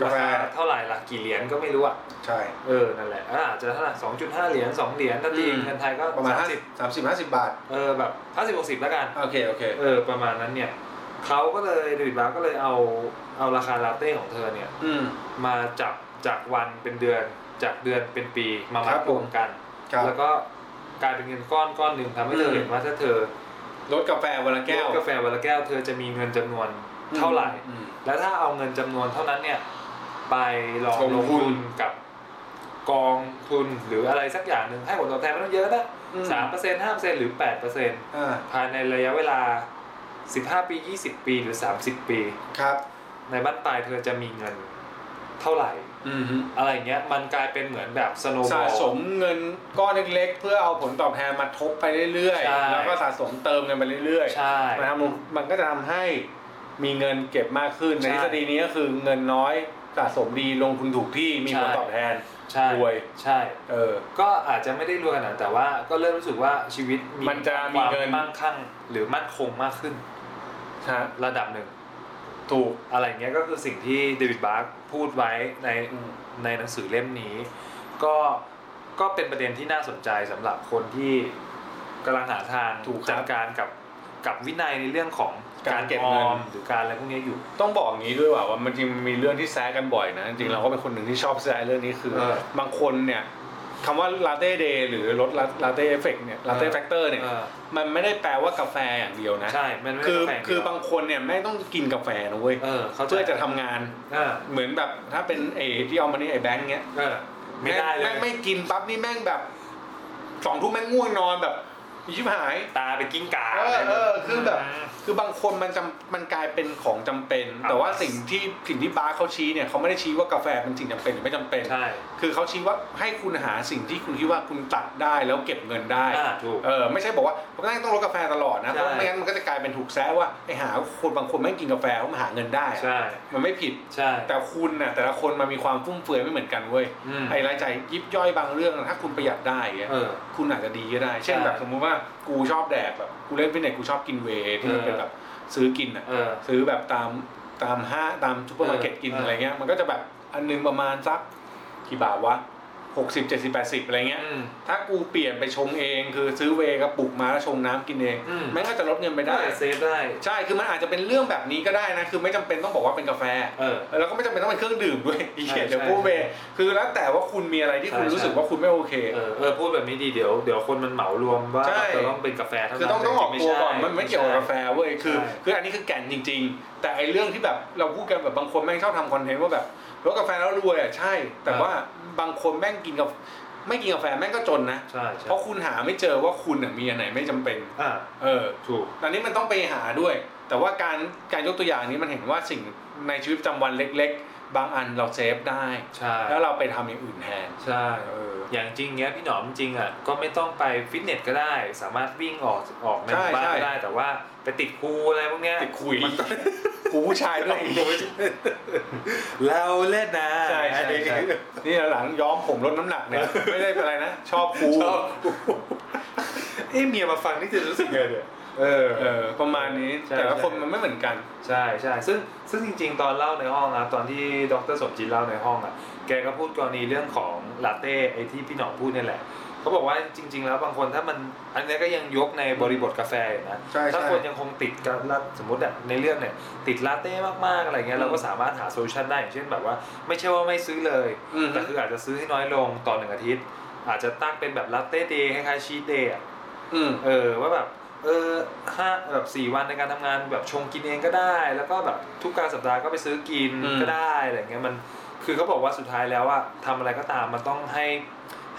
กาแฟ รคเท่าไหร่ละกี่เหรียญก็ไม่รู้อะ ใช่ เออนั่นแหละอาจจะเท่าไหร่สองจุดห้าเหรียญสองเหรียญถ้าตี อืม เงินไทยก็ ประมาณ สาม ห้า สิ สิ บบ สามสิบห้าสิบบาท เออแบบห้าสิบหกสิบแล้วกัน โอเค โอเค เออประมาณนั้นเนี่ยเขาก็เลยเดวิดบาร์ก็เลยเอาเอาราคาลาเต้ของเธอเนี่ย อืม มาจับจากวันเป็นเดือนจากเดือนเป็นปีมา ค มั รั ด บ รวมกัน ครับ แล้วก็กลายเป็นเงินก้อนก้อนหนึ่งทำให้เธอเห็นว่าถ้าเธอ รถกาแฟวันละแก้ว ลดกาแฟวันละแก้ว เธอจะมีเงินจำนวนเท่าไหร่ อืม แล้วถ้าเอาเงินจำนวนเท่านั้นเนี่ยไปลอง ล ล ง ง ทุน ทุนกับกองทุนหรืออะไรสักอย่างหนึ่งให้ผลตอบแทนไม่ต้องเยอะนะ อืม สามเปอร์เซ็นต์ห้าเปอร์เซ็นต์หรือแปดเปอร์เซ็นต์ อ่า ภายในระยะเวลา 15 ปี 20 ปี หรือ 30 ปี ครับ ในบ้านปลายเธอจะมีเงินเท่าไหร่ อืมฮึ อะไรเงี้ย มันกลายเป็นเหมือนแบบสโนว์บ สะ อ ส ล มเงินก้อนเล็กๆ เพื่อเอาผลตอบแทนมาทบไปเรื่อย ใช่ ๆ แล้วก็สะสมเติมกันไปเรื่อย ใช่ ๆนะครับมันก็จะทำให้มีเงินเก็บมากขึ้น ใน ใช่ ทฤษฎีนี้ก็คือเงินน้อยสะสมดีลงทุนถูกที่มี ใช่ ผลตอบแทน ใช่ รวย ใช่ เออ ก็อาจจะไม่ได้รวยขนาดนั้นแต่ว่าก็เริ่มรู้สึกว่าชีวิต มันจะมี ความ เงิน มั่งคั่งหรือมั่นคงมากขึ้น ฮะ ระดับหนึ่ง ถูก อะไรเงี้ยก็คือสิ่งที่เดวิดบาร์กพูดไว้ใน อืม ในหนังสือเล่มนี้ ก็ก็เป็นประเด็นที่น่าสนใจสำหรับคนที่กำลังหาทาง ถูกครับ จัดการกับกับวินัยในเรื่องของ การเก็บ ออ เงิน มหรือการอะไรพวกเนี้ยอยู่ ต้องบอกอย่างนี้ด้วยว่าว่ามันจริงมีเรื่องที่แซะกันบ่อยนะ จริงๆเราก็เป็นคนหนึ่งที่ชอบแซะเรื่องนี้คือ เออบ างคนเนี่ยคำว่าลาเต้เดย์หรือลดลาเต้เอฟเฟกเนี่ยลาเต้ เออ แฟกเตอร์เนี่ย เออ มันไม่ได้แปลว่ากาแฟอย่างเดียวนะ ใช่ มันไม่ได้ คือ แปลก คือบา เดียว งคนเนี่ยไม่ต้องกินกาแฟนะเว้ย เออเขา เพื่อจะทำงาน เออ เหมือนแบบถ้าเป็นไอ้ที่เอามานี่ไอ้แบงค์เงี้ย เออไม่ได้เล แม่ ย งไม่กินปั๊บนี่แม่งแบบสองทุ่มแม่งง่วงนอนแบบยิบหาย ตาเป็นกิ้งก่า เออเออคือแบบ ม คือบางคนมันจำมันกลายเป็นของจำเป็น อ่ะ แต่ว่าสิ่งที่สิ่งที่บาร์เขาชี้เนี่ยเขาไม่ได้ชี้ว่ากาแฟเป็นสิ่งจำเป็นหรือไม่จำเป็น ใช่ คือเขาชี้ว่าให้คุณหาสิ่งที่คุณคิดว่าคุณตัดได้แล้วเก็บเงินได้ อ่าถูก เออไม่ใช่บอกว่าแม่งต้องลดกาแฟตลอดนะ ใช่ เพราะไม่งั้นมันก็จะกลายเป็นถูกแซะว่าไอ้หาคนบางคนไม่งกินกาแฟเพราะมันหาเงินได้อะ ใช่ มันไม่ผิด ใช่ แต่คุณน่ะแต่ละคนมันมีความฟุ่มเฟือยไม่เหมือนกันเว้ย อืม ไอ้รายจ่ายยิบย่อยบางเรื่องถ้าคุณประหยัดได้อย่างเงี้ย เออ คุณอาจจะดีก็ได้ เช่น ใช่ แบบสมมุติว่ากูชอบแดกแบบกูเล่นฟิตเนสกูชอบกินเวย์ที่มัน เออ เป็นแบบซื้อกินอ่ะ เออ ซื้อแบบตามตามห้างตามซูเปอร์มาร์เก็ตกิน เอออ อะไรเงี้ยมันก็จะแบบอันนึงประมาณสักกี่บาทวะ หกสิบเจ็ดสิบแปดสิบอะไรเงี้ย อืม ถ้ากูเปลี่ยนไปชงเองคือซื้อเวย์กระปุกมาแล้วชงน้ำกินเอง อืม แม่งก็จะลดเงินไปได้ ได้เซฟได้ ใช่คือมันอาจจะเป็นเรื่องแบบนี้ก็ได้นะ คือไม่จำเป็นต้องบอกว่าเป็นกาแฟ เออ แล้วก็ไม่จำเป็นต้องเป็นเครื่องดื่มด้วย [LAUGHS] อีเขียนเดี๋ยว ใช่ พูดเวย์คือแล้วแต่ว่าคุณมีอะไรที่คุณ ใช่ รู้สึก ใช่ ว่าคุณไม่โอเค เออเออพูดแบบนี้ดีเดี๋ยวเดี๋ยวคนมันเหมารวมว่า ใช่ จะต้องเป็นกาแฟเท่านั้น คือต้องต้องออก ไม่ ตัว ใช่ ก่อนมันไม่เกี่ยวกับกาแฟเว้ยคือ ใช่ คืออันนี้คือแก่นจริง ๆ แต่ไอเรื่องที่แบบเราพูดกันแบบบางคนแม่งชอบทำคอนเทนต์ว่าแบบรสกาแฟแล้วรวยอ่ะใช่ แต่ว่าบางคนแม่งกินกับไม่กินกาแฟแม่งก็จนนะ ใช่ใช่ เพราะคุณหาไม่เจอว่าคุณน่ะมีอันไหนไม่จำเป็น อ่า เออ ถูก ตอนนี้มันต้องไปหาด้วย แต่ว่าการการยกตัวอย่างนี้มันเห็นว่าสิ่งในชีวิตประจำวันเล็ก ๆ บางอันเราเซฟได้ ใช่ แล้วเราไปทำอย่างอื่นแทน ใช่ เออ อย่างจริงเงี้ยพี่หนอมจริงอ่ะก็ไม่ต้องไปฟิตเนสก็ได้ สามารถวิ่งออกออกในหมู่บ้าน ใช่ ก็ ใช่ ได้ แต่ว่าไปติดครูอะไรพวกเนี้ย ติดคุยกูผู้ชายด้วย เราเล่นนะ ใช่ใช่ใช่นี่หลังย้อมผมลดน้ำหนักเนี่ย [LAUGHS] ไม่ได้เป็นอะไรนะ ชอบกู ชอบเอ้เมียมาฟังนี่จะรู้สึกไงเนี่ยเออ เออประมาณนี้ ใช่ แต่ละคน ใช่ มันไม่เหมือนกัน ใช่ใช่ซึ่งซึ่งจริง ๆ ตอนเล่าในห้องนะตอนที่ดรสมจิตเล่าในห้องอ่ะแกก็พูดกรณีเรื่องของลาเต้ไอ้ที่พี่หนองพูดเนี่ยแหละเขาบอกว่าจริง ๆ แล้วบางคนถ้ามันอันเนี้ยก็ยังยกในบริบทกาแฟอยู่นะ ใช่ ถ้า ใช่ คนยังคงติดกับลาสมมติอะในเรื่องเนี่ยติดลาเต้มากๆอะไรเงี้ยเราก็สามารถหาโซลูชันได้อย่างเช่นแบบว่า ไม่ใช่ว่าไม่ซื้อเลย อือฮึ แต่คืออาจจะซื้อให้น้อยลงต่อหนึ่งอาทิตย์ อาจจะตั้งเป็นแบบลาเต้เดย์คล้ายๆชีเดย์ อืม เออว่าแบบเออห้าแบบสี่วันในการทำงานแบบชงกินเองก็ได้ แล้วก็แบบทุกกลารสัปดาห์ก็ไปซื้อกิน อืม ก็ได้อะไรเงี้ยมันคือเขาบอกว่าสุดท้ายแล้วอะทำอะไรก็ตามมันต้องให้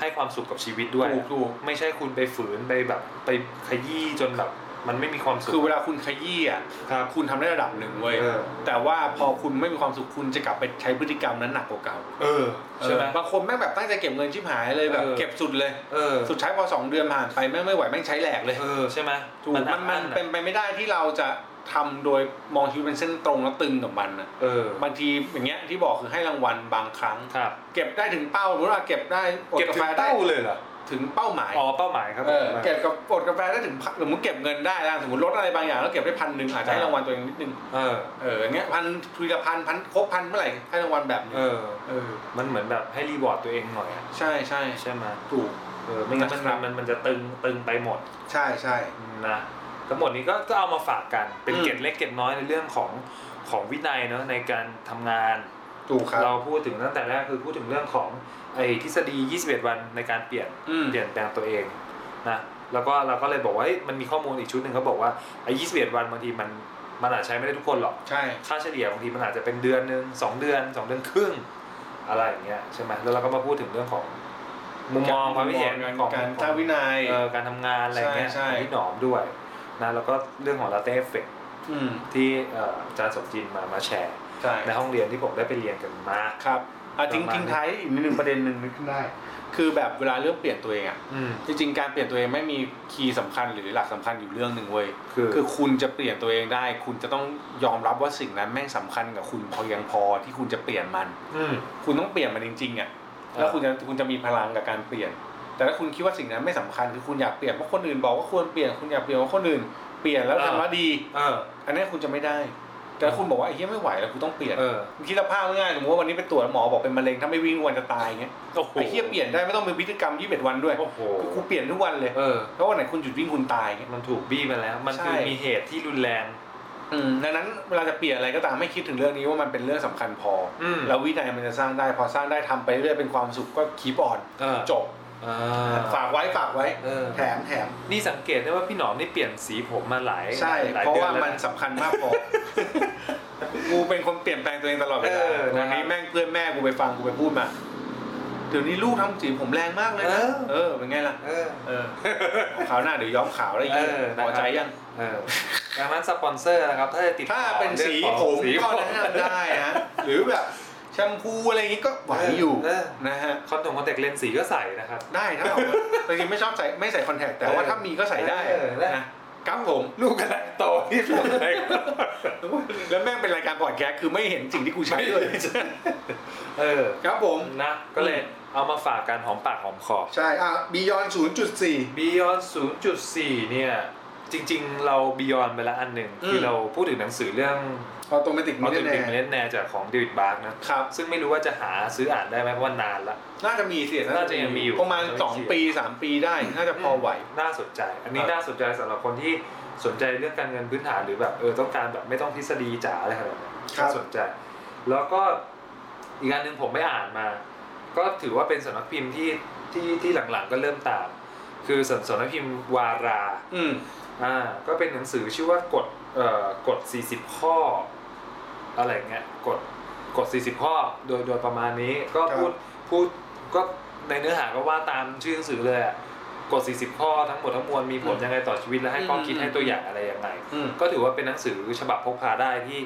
ให้ความสุขกับชีวิตด้วย ถูกถูก ไม่ใช่คุณไปฝืนไปแบบไปขยี้จนแบบมันไม่มีความสุข คือเวลาคุณขยี้อ่ะ ครับ คุณทำได้ระดับหนึ่งเว้ย เออ แต่ว่าพอคุณไม่มีความสุขคุณจะกลับไปใช้พฤติกรรมนั้นหนักกว่าเก่า เออใช่ไหม บางคนแม่งแบบตั้งใจเก็บเงินชิบหายเลยแบบ เออ เก็บสุดเลย เออ สุดท้ายพอสองเดือนผ่านไปแม่งไม่ไหวแม่งใช้แหลกเลย เออใช่ไหม ถูก อั มันมัน อัอะ เป็นไปไม่ได้ที่เราจะทำโดยมองชีวิตเป็นเส้นตรงแล้วตึงกับมันนะ เออบ างทีอย่างเงี้ยที่บอกคือให้รางวัลบางครั้ง ครับ เก็บได้ถึงเป้าหรือว่าเก็บได้อด เก็บ กา ถึ แฟ ง ได้ เต้าเลยเหรอ ถึงเป้าหมาย อ๋อเป้าหมายครับ เออ ผม เก็บกับอดกาแฟได้ถึงพันสมมติเก็บเงินได้แล้วสมมติลดอะไรบางอย่างแล้วเก็บได้พันหนึ่งอาจจะให้รางวัลตัวเองนิดนึง เออ เอออย่างเงี้ยพันทุยละพันพันครบพันเมื่อไหร่ให้รางวัลแบบนี้ เออ เออ มันเหมือนแบบให้รีวอร์ดตัวเองหน่อยอะ ใช่ใช่ ใช่ไหม ถูก เออไม่งั้นมัน นะครับ มันมันจะตึงตึงไปหมด ใช่ใช่ นะทั้งหมดนี้ก็ก็เอามาฝากกันเป็นเกร็ดเล็กเกร็ดน้อยในเรื่องของของวินัยเนาะในการทำงาน ถูกครับ เราพูดถึงตั้งแต่แรกคือพูดถึงเรื่องของไอ้ทฤษฎี 21 วันในการเปลี่ยน อืม เปลี่ยนแปลงตัวเองนะแล้วก็เราก็เลยบอกว่าเฮ้ยมันมีข้อมูลอีกชุดหนึ่งเขาบอกว่าไอ้21 วันบางทีมันมันอาจใช้ไม่ได้ทุกคนหรอก ใช่ ค่าเฉลี่ยบางทีมันอาจจะเป็นเดือนหนึ่งสองเดือนสองเดือนครึ่งอะไรอย่างเงี้ยใช่ไหมแล้วเราก็มาพูดถึงเรื่องของมุมมองความคิดเห็น การ ของ การสร้างวินัย เออการทำงานอะไรเงี้ย ใช่ใช่ ของพี่หนอมด้วยนะแล้วก็เรื่องของลาเต้เอฟเฟก อืม ที่เอ่ออาจารย์สมจินมามาแชร์ ใช่ ในห้องเรียนที่ผมได้ไปเรียนกันมา ครับอ่ะจริง ประมาณ ทิ้งท้ายอีกนิดนึงประเด็นหนึ่งนึกขึ้นได้ คือแบบเวลาเรื่องเปลี่ยนตัวเองอ่ะ อืม จริงๆการเปลี่ยนตัวเองไม่มีคีย์สำคัญหรือหลักสำคัญอยู่เรื่องหนึ่งเว้ย คือ คือคุณจะเปลี่ยนตัวเองได้ คุณจะต้องยอมรับว่าสิ่งนั้นแม่งสำคัญกับคุณพอยังพอที่คุณจะเปลี่ยนมัน อืม คุณต้องเปลี่ยนมันจริงๆอ่ะ เออ แล้วคุณจะคุณจะมีพลังกับการเปลี่ยน แต่ถ้าคุณคิดว่าสิ่งนั้นไม่สำคัญคือคุณอยากเปลี่ยนเพราะคนอื่นบอกว่าควรเปลี่ยนคุณอยากเปลี่ยนเพราะคนอื่นเปลี่ยนแล้วทำแล้วดี เออ อันนี้คุณจะไม่ได้ แต่คุณบอกว่าไอ้เฮียไม่ไหวแล้วคุณต้องเปลี่ยน เออ คิดสภาพง่ายๆสมมติว่าวันนี้ไปตรวจหมอบอกเป็นมะเร็งถ้าไม่วิ่งวันจะตายเงี้ย โอ้โห ไอ้เฮียเปลี่ยนได้ไม่ต้องมีพฤติกรรม21วันด้วย โอ้โห คือกูเปลี่ยนทุกวันเลย เออ แล้ววันไหนคุณหยุดวิ่งคุณตายเงี้ย มันถูกบี้มาแล้ว มัน ใช่ คือมีเหตุที่รุนแรง อืมดังนั้นเวลาจะเปลี่ยนอะไรก็ตามไม่คิดถึงเรื่องนี้ว่ามันเป็นเรื่องสำคัญพออ อืม แล้ววินัยมันจะสร้างได้พอสร้างได้ทำไปเรื่อยเป็นความสุขก็คีปออน เออ จบ เออ ฝากไว้ฝากไว้ เออ แถมแถม นี่สังเกตได้ว่าพี่หนอมนี่เปลี่ยนสีผมมาหลาย ใช่ หลย เพราะ ดือ ว่า แล้ มันสำคัญมากพอ [LAUGHS] กูเป็นคนเปลี่ยนแปลงตัวเองตลอดเวลา เออนะครับ วันนี้แม่งเพื่อนแม่กูไปฟังกูไปพูดมา เดี๋ยวนี้ลูกทำสีผมแรงมากเลย เอ นะ อ เออเป็นไงล่ะ เออ เออขาวหน้าเดี๋ยวย้อมขาวแล้วอีก เออนะครัพบอใจยัง เออดังนั้นสปอนเซอร์นะครับถ้าจะติด ถ้าเป็นสี รื่อง ผ ของ ม สี ก็ ผม แนะนำได้ [LAUGHS] นะ หรือแบบแชมพูอะไรอย่างงี้ก็ไหวอยู่ เ นะฮะ คอนแทคคอนแทคเลนส์สีก็ใส่นะครับ ได้ถ้าเอาจริงๆไม่ชอบใส่ไม่ใส่คอนแทคแต่ว่า เออ ถ้ามีก็ใส่ได้ เออและ นะครับผม ลูกกำลังโตที่สุดเลย แล้วแม่งเป็นรายการพอดแคสต์คือไม่เห็นสิ่งที่กูใช้เลย เออ ครับผม นะก็เลยเอามาฝากการหอมปากหอมคอ ใช่อ่ะบียอนศูนย์จุดสี่ Beyond 0.4 เนี่ย จริง ๆ เราบียอนไปละอันหนึ่ง อืม คือเราพูดถึงหนังสือเรื่อง ออโตเมติกมิ เอา เล ตัว เน เองีมาย เล่นแนร์จากของเดวิดบาร์กนะครับ ซึ่งไม่รู้ว่าจะหาซื้ออ่านได้ไหมเพราะว่านานละ น่าจะมีเสีย น่าจะยังมีอยู่ ประมาณสองปีสามปีได้ น่าจะพอไหว น่าสนใจ อันนี้ ครับ น่าสนใจสำหรับคนที่สนใจเรื่องการเงินพื้นฐานหรือแบบเออต้องการแบบไม่ต้องทฤษฎีจ๋าอะไรขนาดนั้น ครับ น่าสนใจ แล้วก็อีกอันหนึ่งผมไม่อ่านมา ก็ถือว่าเป็นสำนักพิมพ์ที่ที่ที่หลังๆก็เริ่มตาม คือสำนักพิมพ์วารา อืม อ่าก็เป็นหนังสือชื่อว่ากฎเอ่อกฎ 40 ข้อ อะไรเงี้ยกฎกฎ 40 ข้อโดยโดยประมาณนี้ก็ ครับ พูดพูดก็ในเนื้อหาก็ว่าตามชื่อหนังสือเลยอะกฎ 40 ข้อทั้งหมดทั้งมวลมีผล อืม ยังไงต่อชีวิตและให้ อืม ข้อคิด อืม ให้ตัวอย่างอะไรยังไง อืม ก็ถือว่าเป็นหนังสือฉบับพกพาได้ที่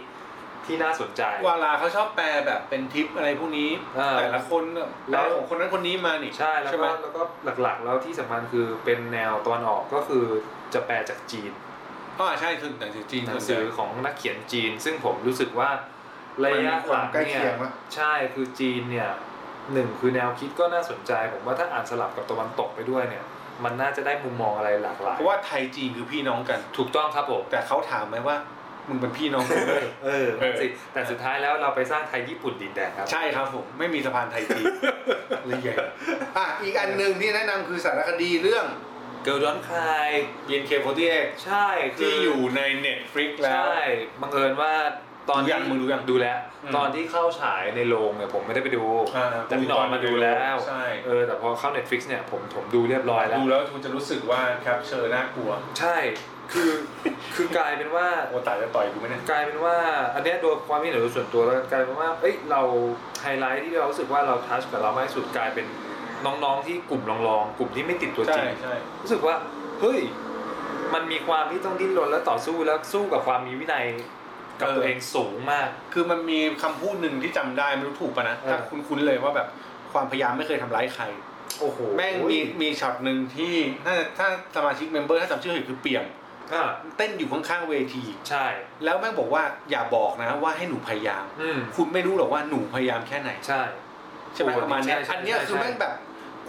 ที่น่าสนใจ วาลาเขาชอบแปลแบบเป็นทิปอะไรพวกนี้ อ่า แต่ละคนแป แล้ ล ว ของคนนั้นคนนี้มานี่ ใช่แล้ว ใช่ไหม ก็แล้วก็หลักๆ แล้วที่สำคัญคือเป็นแนวตะวันออกก็คือจะแปลจากจีน อ๋อใช่คือหนังสือจีน หนั ส่วนงให สื ญ่ อของนักเขียนจีน ซึ่งผมรู้สึกว่าระยะหลัมันมีควางมใกล้ เนี่ เคี ย ยงปะ ใช่คือจีนเนี่ยหนึ่งคือแนวคิดก็น่าสนใจ ผมว่าถ้าอ่านสลับกับตะวันตกไปด้วยเนี่ย มันน่าจะได้มุมมองอะไรหลากหลาย เพราะว่าไทยจีนคือพี่น้องกัน ถูกต้องครับผม แต่เขาถามไหมว่า มึงเป็นพี่น้องกันไหม เออ เออ สิแต่สุดท้ายแล้วเราไปสร้างไทยญี่ปุ่นดินแดงครับ ใช่ครับผมไม่มีสะพานไทยจีนเลยใหญ่ อ่ะอีกอันหนึ่งที่แนะนำคือสารคดีเรื่อง เกิลดอนคลาย เย็นเคโฟตี้ ใช่คื ที่อยู่ในเน็ตฟลิกแล้ว ใช่บังเอิญว่าตอน ดูยัง ที่ มึงดูยัง ดูแล้ว อืม ตอนที่เข้าฉายในโรงเนี่ยผมไม่ได้ไปดู อ่า แต่พี่หนอนมาดูแล้ว ใช่ เออแต่พอเข้า Netflix เนี่ยผมผมดูเรียบร้อยแล้ว ดูแล้วคุณจะรู้สึกว่าแคปเชอร์น่ากลัว ใช่ คือ [LAUGHS] คือกลายเป็นว่า โอตายจะต่อยกูไหมเนี่ย กลายเป็นว่าอันเนี้ยโดยความคิดเห็นโดยส่วนตัวแล้วกันกลายเป็นว่าเอ้ยเราไฮไลท์ที่เรารู้สึกว่าเราทัชกับเรามากที่สุดกลายเป็นน้องๆที่กลุ่มลองๆกลุ่มที่ไม่ติดตัวจ ใช่ ริง ใช่ รู้สึกว่าเฮ้ยมันมีความที่ต้องดิ้นรนและต่อสู้แล้วสู้กับความมีวินัยกับตัวเองสูงมาก คือมันมีคำพูดหนึ่งที่จำได้ไม่รู้ถูกปะนะ เออ ถ้าคุณคุ้นๆเลยว่าแบบความพยายามไม่เคยทำร้ายใคร โอ้โห แม่งมีมีช็อตหนึ่งที่ถ้าถ้าสมาชิกเมมเบอร์ถ้าจำชื่อผิดคือเปี่ยม อ่า เต้นอยู่ข้างๆเวที ใช่ แล้วแม่งบอกว่าอย่าบอกนะว่าให้หนูพยายาม อืม คุณไม่รู้หรอกว่าหนูพยายามแค่ไหน ใช่ ใช่ไหม โอ้โห ประมาณเนี้ย ใช่ใช่ อันเนี้ย ใช่ คือ ใช่ แม่งแบบ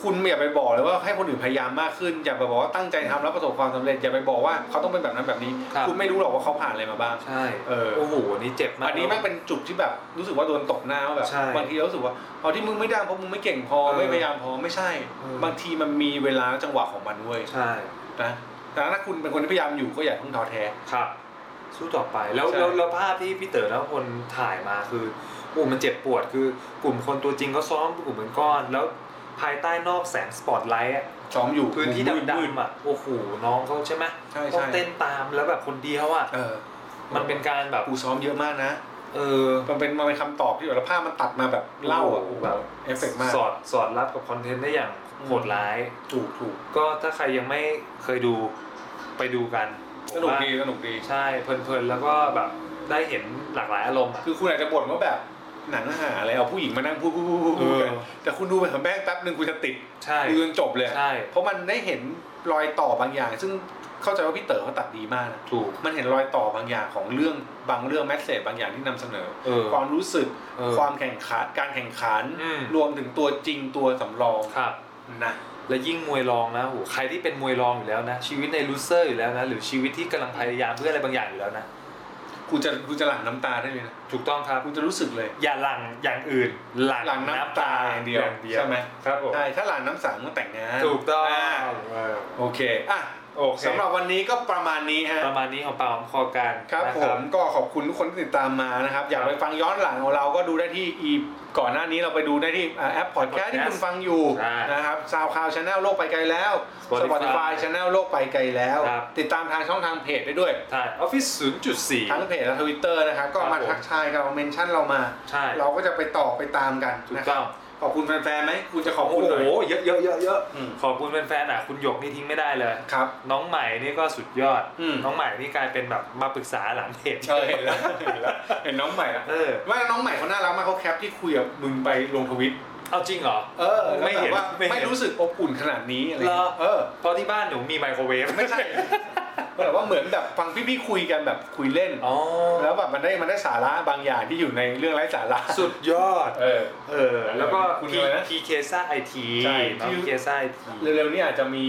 คุณอย่าไปบอกเลยว่าให้คนอื่นพยายามมากขึ้นอย่าไปบอกว่าตั้งใจทำแล้วประสบความสำเร็จอย่าไปบอกว่าเขาต้องเป็นแบบนั้นแบบนี้ ครับ คุณไม่รู้หรอกว่าเขาผ่านอะไรมาบ้าง ใช่ เออ โอ้โหอันนี้เจ็บมาก อันนี้แม่งเป็นจุดที่แบบรู้สึกว่าโดนตกหน้าว่าแบบ ใช่ บางทีเรารู้สึกว่าเอาที่มึงไม่ได้เพราะมึงไม่เก่งพอ เออ ไม่พยายามพอไม่ใช่ เออ บางทีมันมีเวลาจังหวะของมันเว้ย ใช่ นะแต่ถ้าคุณเป็นคนที่พยายามอยู่ก็อย่าเพิ่งท้อแท้ ครับ สู้ต่อไปแล้ว ใช่ แล้วแล้วภาพที่พี่เต๋อแล้วคนถ่ายมาคือโอ้มันเจ็บปวดคือกลุ่มคนตัวจริงเขาซ้อมกลุ่มเป็นก้อน แล้วภายใต้นอกแสงสปอตไลท์อะ ซ้อมอยู่ พื้นที่ มืด ดำ มืด ๆอ่ะโอ้โหน้องเขาใช่ไหม ใช่ใช่ ต้องเต้นตามแล้วแบบคนเดียวอ่ะ เออ มันเป็นการแบบ กูซ้อมเยอะมากนะ เออ มันเป็นมันเป็นคำตอบที่แบบแล้วภาพมันตัดมาแบบเล่าอ่ะ โอ้โห แบบเอฟเฟกต์มาก สอดสอดรับกับคอนเทนต์ได้อย่างโหดร้าย ถูกถูก ก็ถ้าใครยังไม่เคยดูไปดูกัน สนุก ว่า ดีสนุกดี ใช่เพลินๆแล้วก็แบบได้เห็นหลากหลายอารมณ์อะ คือคุณอาจจะบ่นว่าแบบหนังหาอะไรเอาผู้หญิงมานั่งพูดพูดพูดพูดพูดกันแต่คุณดูไปเถอะแม่งแป๊บหนึ่งคุณจะติด ใช่ ดูจนจบเลย ใช่ เพราะมันได้เห็นรอยต่อบางอย่าง ซึ่งเข้าใจว่าพี่เต๋อเขาตัดดีมากนะ ถูก มันเห็นรอยต่อบางอย่างของเรื่องบางเรื่องแมสเซจบางอย่างที่นำเสนอ เออ ความรู้สึก เออ ความแข่งขันการแข่งขัน อืม รวมถึงตัวจริงตัวสำรอง ครับ นะ และยิ่งมวยรองนะโหใครที่เป็นมวยรองอยู่แล้วนะ ชีวิตในลูเซอร์อยู่แล้วนะ หรือชีวิตที่กำลังพยายามเพื่ออะไรบางอย่างอยู่แล้วนะ คุณจะคุณจะหลั่งน้ำตาได้เลยนะ ถูกต้องครับ คุณจะรู้สึกเลย อย่าหลังอย่างอื่นหลัง หลั่งน้ำตาอย่างเดียว าง ใช่ไหม ครับผม ใช่ถ้าหลั่งน้ำสังก็แต่งงาน ถูกต้อง า เออ โอเคอ่ะ โอเค สำหรับวันนี้ก็ประมาณนี้ฮะ ประมาณนี้ของปากของคอกัน ครับ นะ ผมก็ขอบคุณทุกคนที่ติดตามมานะครับ อยากไปฟังย้อนหลังของเราก็ดูได้ที่อีก่อนหน้านี้เราไปดูได้ที่อ่าแอปพอดแคส Podcast ที่คุณฟังอยู่ ใช่ นะครับซาวคลาวชาแนลโลกไปไกลแล้ว Spotify c h ช n แนลโลกไปไกลแล้ว ครับ ติดตามทางช่องทางเพจได้ด้วย ถ่ายออฟฟิศ0.4 ทั้งเพจและทวิตเตอร์นะครับก็มา ครับผม ทักทายกับเราเมนชั่นเรามา ใช่ เราก็จะไปตอบไปตามกัน ถู นะ ก ครั ต้ บ อง ขอบคุณแฟนๆไหมคุณจะขอบ โอ้ คุณ โห หน่อย เยอะเยอะเยอะเยอะ อืม ขอบคุณแฟนๆอ่ะคุณหยกนี่ทิ้งไม่ได้เลย ครับ น้องใหม่นี่ก็สุดยอด อืม น้องใหม่นี่กลายเป็นแบบมาปรึกษาหลังเพจ เออเห็นแล้วเห็นแล้วเห็นน้องใหม่แล้ว เออ ว่าน้องใหม่เขาน่ารักมากเขาแคปที่คุยกับมึงไปลงทวิต เอาจริงเหรอ เออ ไม่เห็น แล้วแบบว่า ไม่เห็น ไม่รู้สึกอบอุ่นขนาดนี้อะไรอย่าง เหร เงี้ อ ยเออ เพราะที่บ้านหนูมีไมโครเวฟ ไม่ใช่แต่ว่าเหมือนแบบฟังพี่ๆคุยกันแบบคุยเล่น อ๋อ แล้วแบบมันได้มันได้สาระบางอย่างที่อยู่ในเรื่องไร้สาระ สุดยอด เออ เออ แล้วก็ คุณอะไรนะ พีเคซ่าไอที ใช่ น้อง ที่ พีเคซ่าไอที เร็วๆนี้อาจจะมี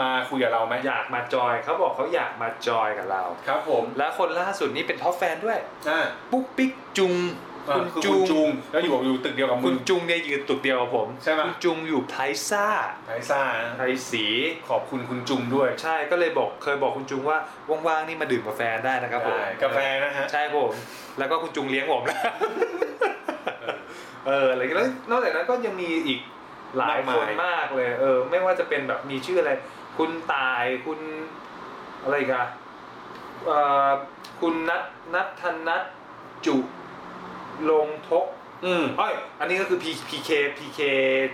มาคุยกับเราไหม อยากมาจอยเขาบอกเขาอยากมาจอยกับเรา ครับผม และคนล่าสุดนี้เป็นท็อปแฟนด้วย อ่า ปุ๊กปิ๊กจุง อ่า คุณ คือ จุ คุณ ง จุงแล้วอยู่อยู่ตึกเดียวกับ คุ มึ ณ ง จุงเนี่ยยืนตุกเดียวกับผม ใช่ปะ คุณจุงอยู่ไทซ่า ไทซ่า ไทสี ขอบคุณคุณจุงด้วย ใช่ก็เลยบอกเคยบอกคุณจุงว่าว่างๆนี่มาดื่มกาแฟได้นะครับผม ได้กาแฟนะฮะ ใช่ครับผม แล้วก็คุณจุงเลี้ยงผมนะเอออะไรกันแล้วนอกจากนั้นก็ยังมีอีกหลาย มาก ค มาย นมากเลย เออ ไม่ว่าจะเป็นแบบมีชื่ออะไร คุณตายคุณอะไรอีกันเอ่อคุณนัทนัทธนัทจุลงทก อืม เอ้ยอันนี้ก็คือ P- PK PK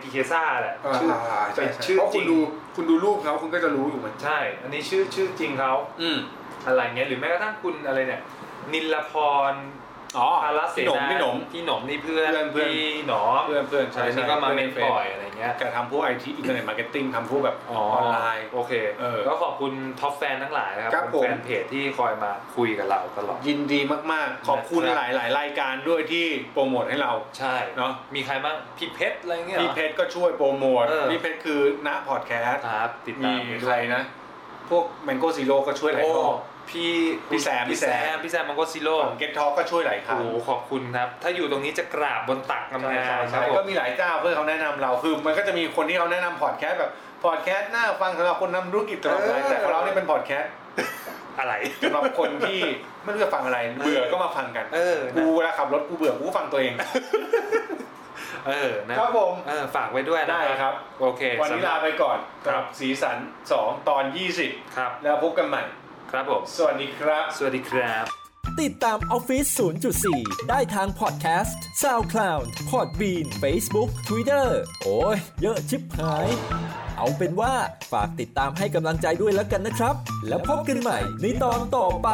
PK ซ่าแหละ อ่า ชื่อ ใช่ใชื่ชื่ออเพราะ จ คุ ริ ณ ง ดูคุณดูรูปเขาคุณก็จะรู้อยู่เหมือน ใช่ อันนี้ชื่อชื่อจริงเขา อืม อะไรเงี้ยหรือแม้กระทั่งคุณอะไรเนี่ย นิลพร อ๋อ ภารัสเส พี่หนม นา พี่หนม พี่หนมนี่เพื่อน เพื่อนเพื่อน พี่หนอม เพื่อนเพื่อนใช่ ใช่ ใช่ นี่ก็มาเป็น ใฟซ ปล่อยอะไรเงี้ย แกทำพวกไอทีอินเทอร์เน็ตมาร์เก็ตติ้งทำพวกแบบออนไลน์ โอเค เออ ก็ขอบคุณท็อปแฟนทั้งหลายนะครับ ครับ เป็นแฟน ผม เพจที่คอยมาคุยกับเราตลอด ยินดีมากๆ ขอบคุณ นะครับ หลายหลายๆรายการด้วยที่โปรโมทให้เรา ใช่ เนอะ มีใครบ้างพี่เพชรอะไรเงี้ย พี่เพชรก็ช่วยโปรโมท เออ พี่เพชรคือณพอดแคสต์ ครับติดตา มี ม ใครนะ พวกแมงโก้ซีโร่ก็ช่วยหลาย โอ้ ข้อ พี่ พี่แซม พี่แซมพี่แซมมังกรซิโร่ ของเก็ตทอก็ช่วยหลายค โอ้ รั้ง โหขอบคุณครับ ถ้าอยู่ตรงนี้จะกราบบนตักงาม ใช่ใช่ ๆค ใช่ รับผม ก็มีหลายเจ้าเพื่อเขาแนะนำเราคือมันก็จะมีคนที่เขาแนะนำพอดแคสต์แบบพอดแคสต์หน้าฟังสำหรับคนทำธุรกิจตลอดเลยแต่ของเราเนี่ยเป็นพอดแคสต์ อะไร สำหรับคนที่ไม่รู้จะฟังอะไรเบื่อก็มาฟังกัน เออ กู นะ เวลาขับรถกูเบื่อกูก็ฟังตัวเอง เออนะครับ ผม เออฝากไว้ด้วยนะ ได้ครับ โอเค วันนี้ สำหรั ลา บ ไปก่อน ครับ กับสีสัน 2 ตอน ครับ 20 แล้วพบกันใหม่ ครับผม สวัสดีครับ สวัสดีครับ ติดตามออฟฟิศ0.4 ได้ทางพอดแคสต์ SoundCloud Podbean Facebook Twitter โอ้ย เยอะชิบหาย เอาเป็นว่าฝากติดตามให้กำลังใจด้วยแล้วกันนะครับ แล้วพบกันใหม่ในตอนต่อไป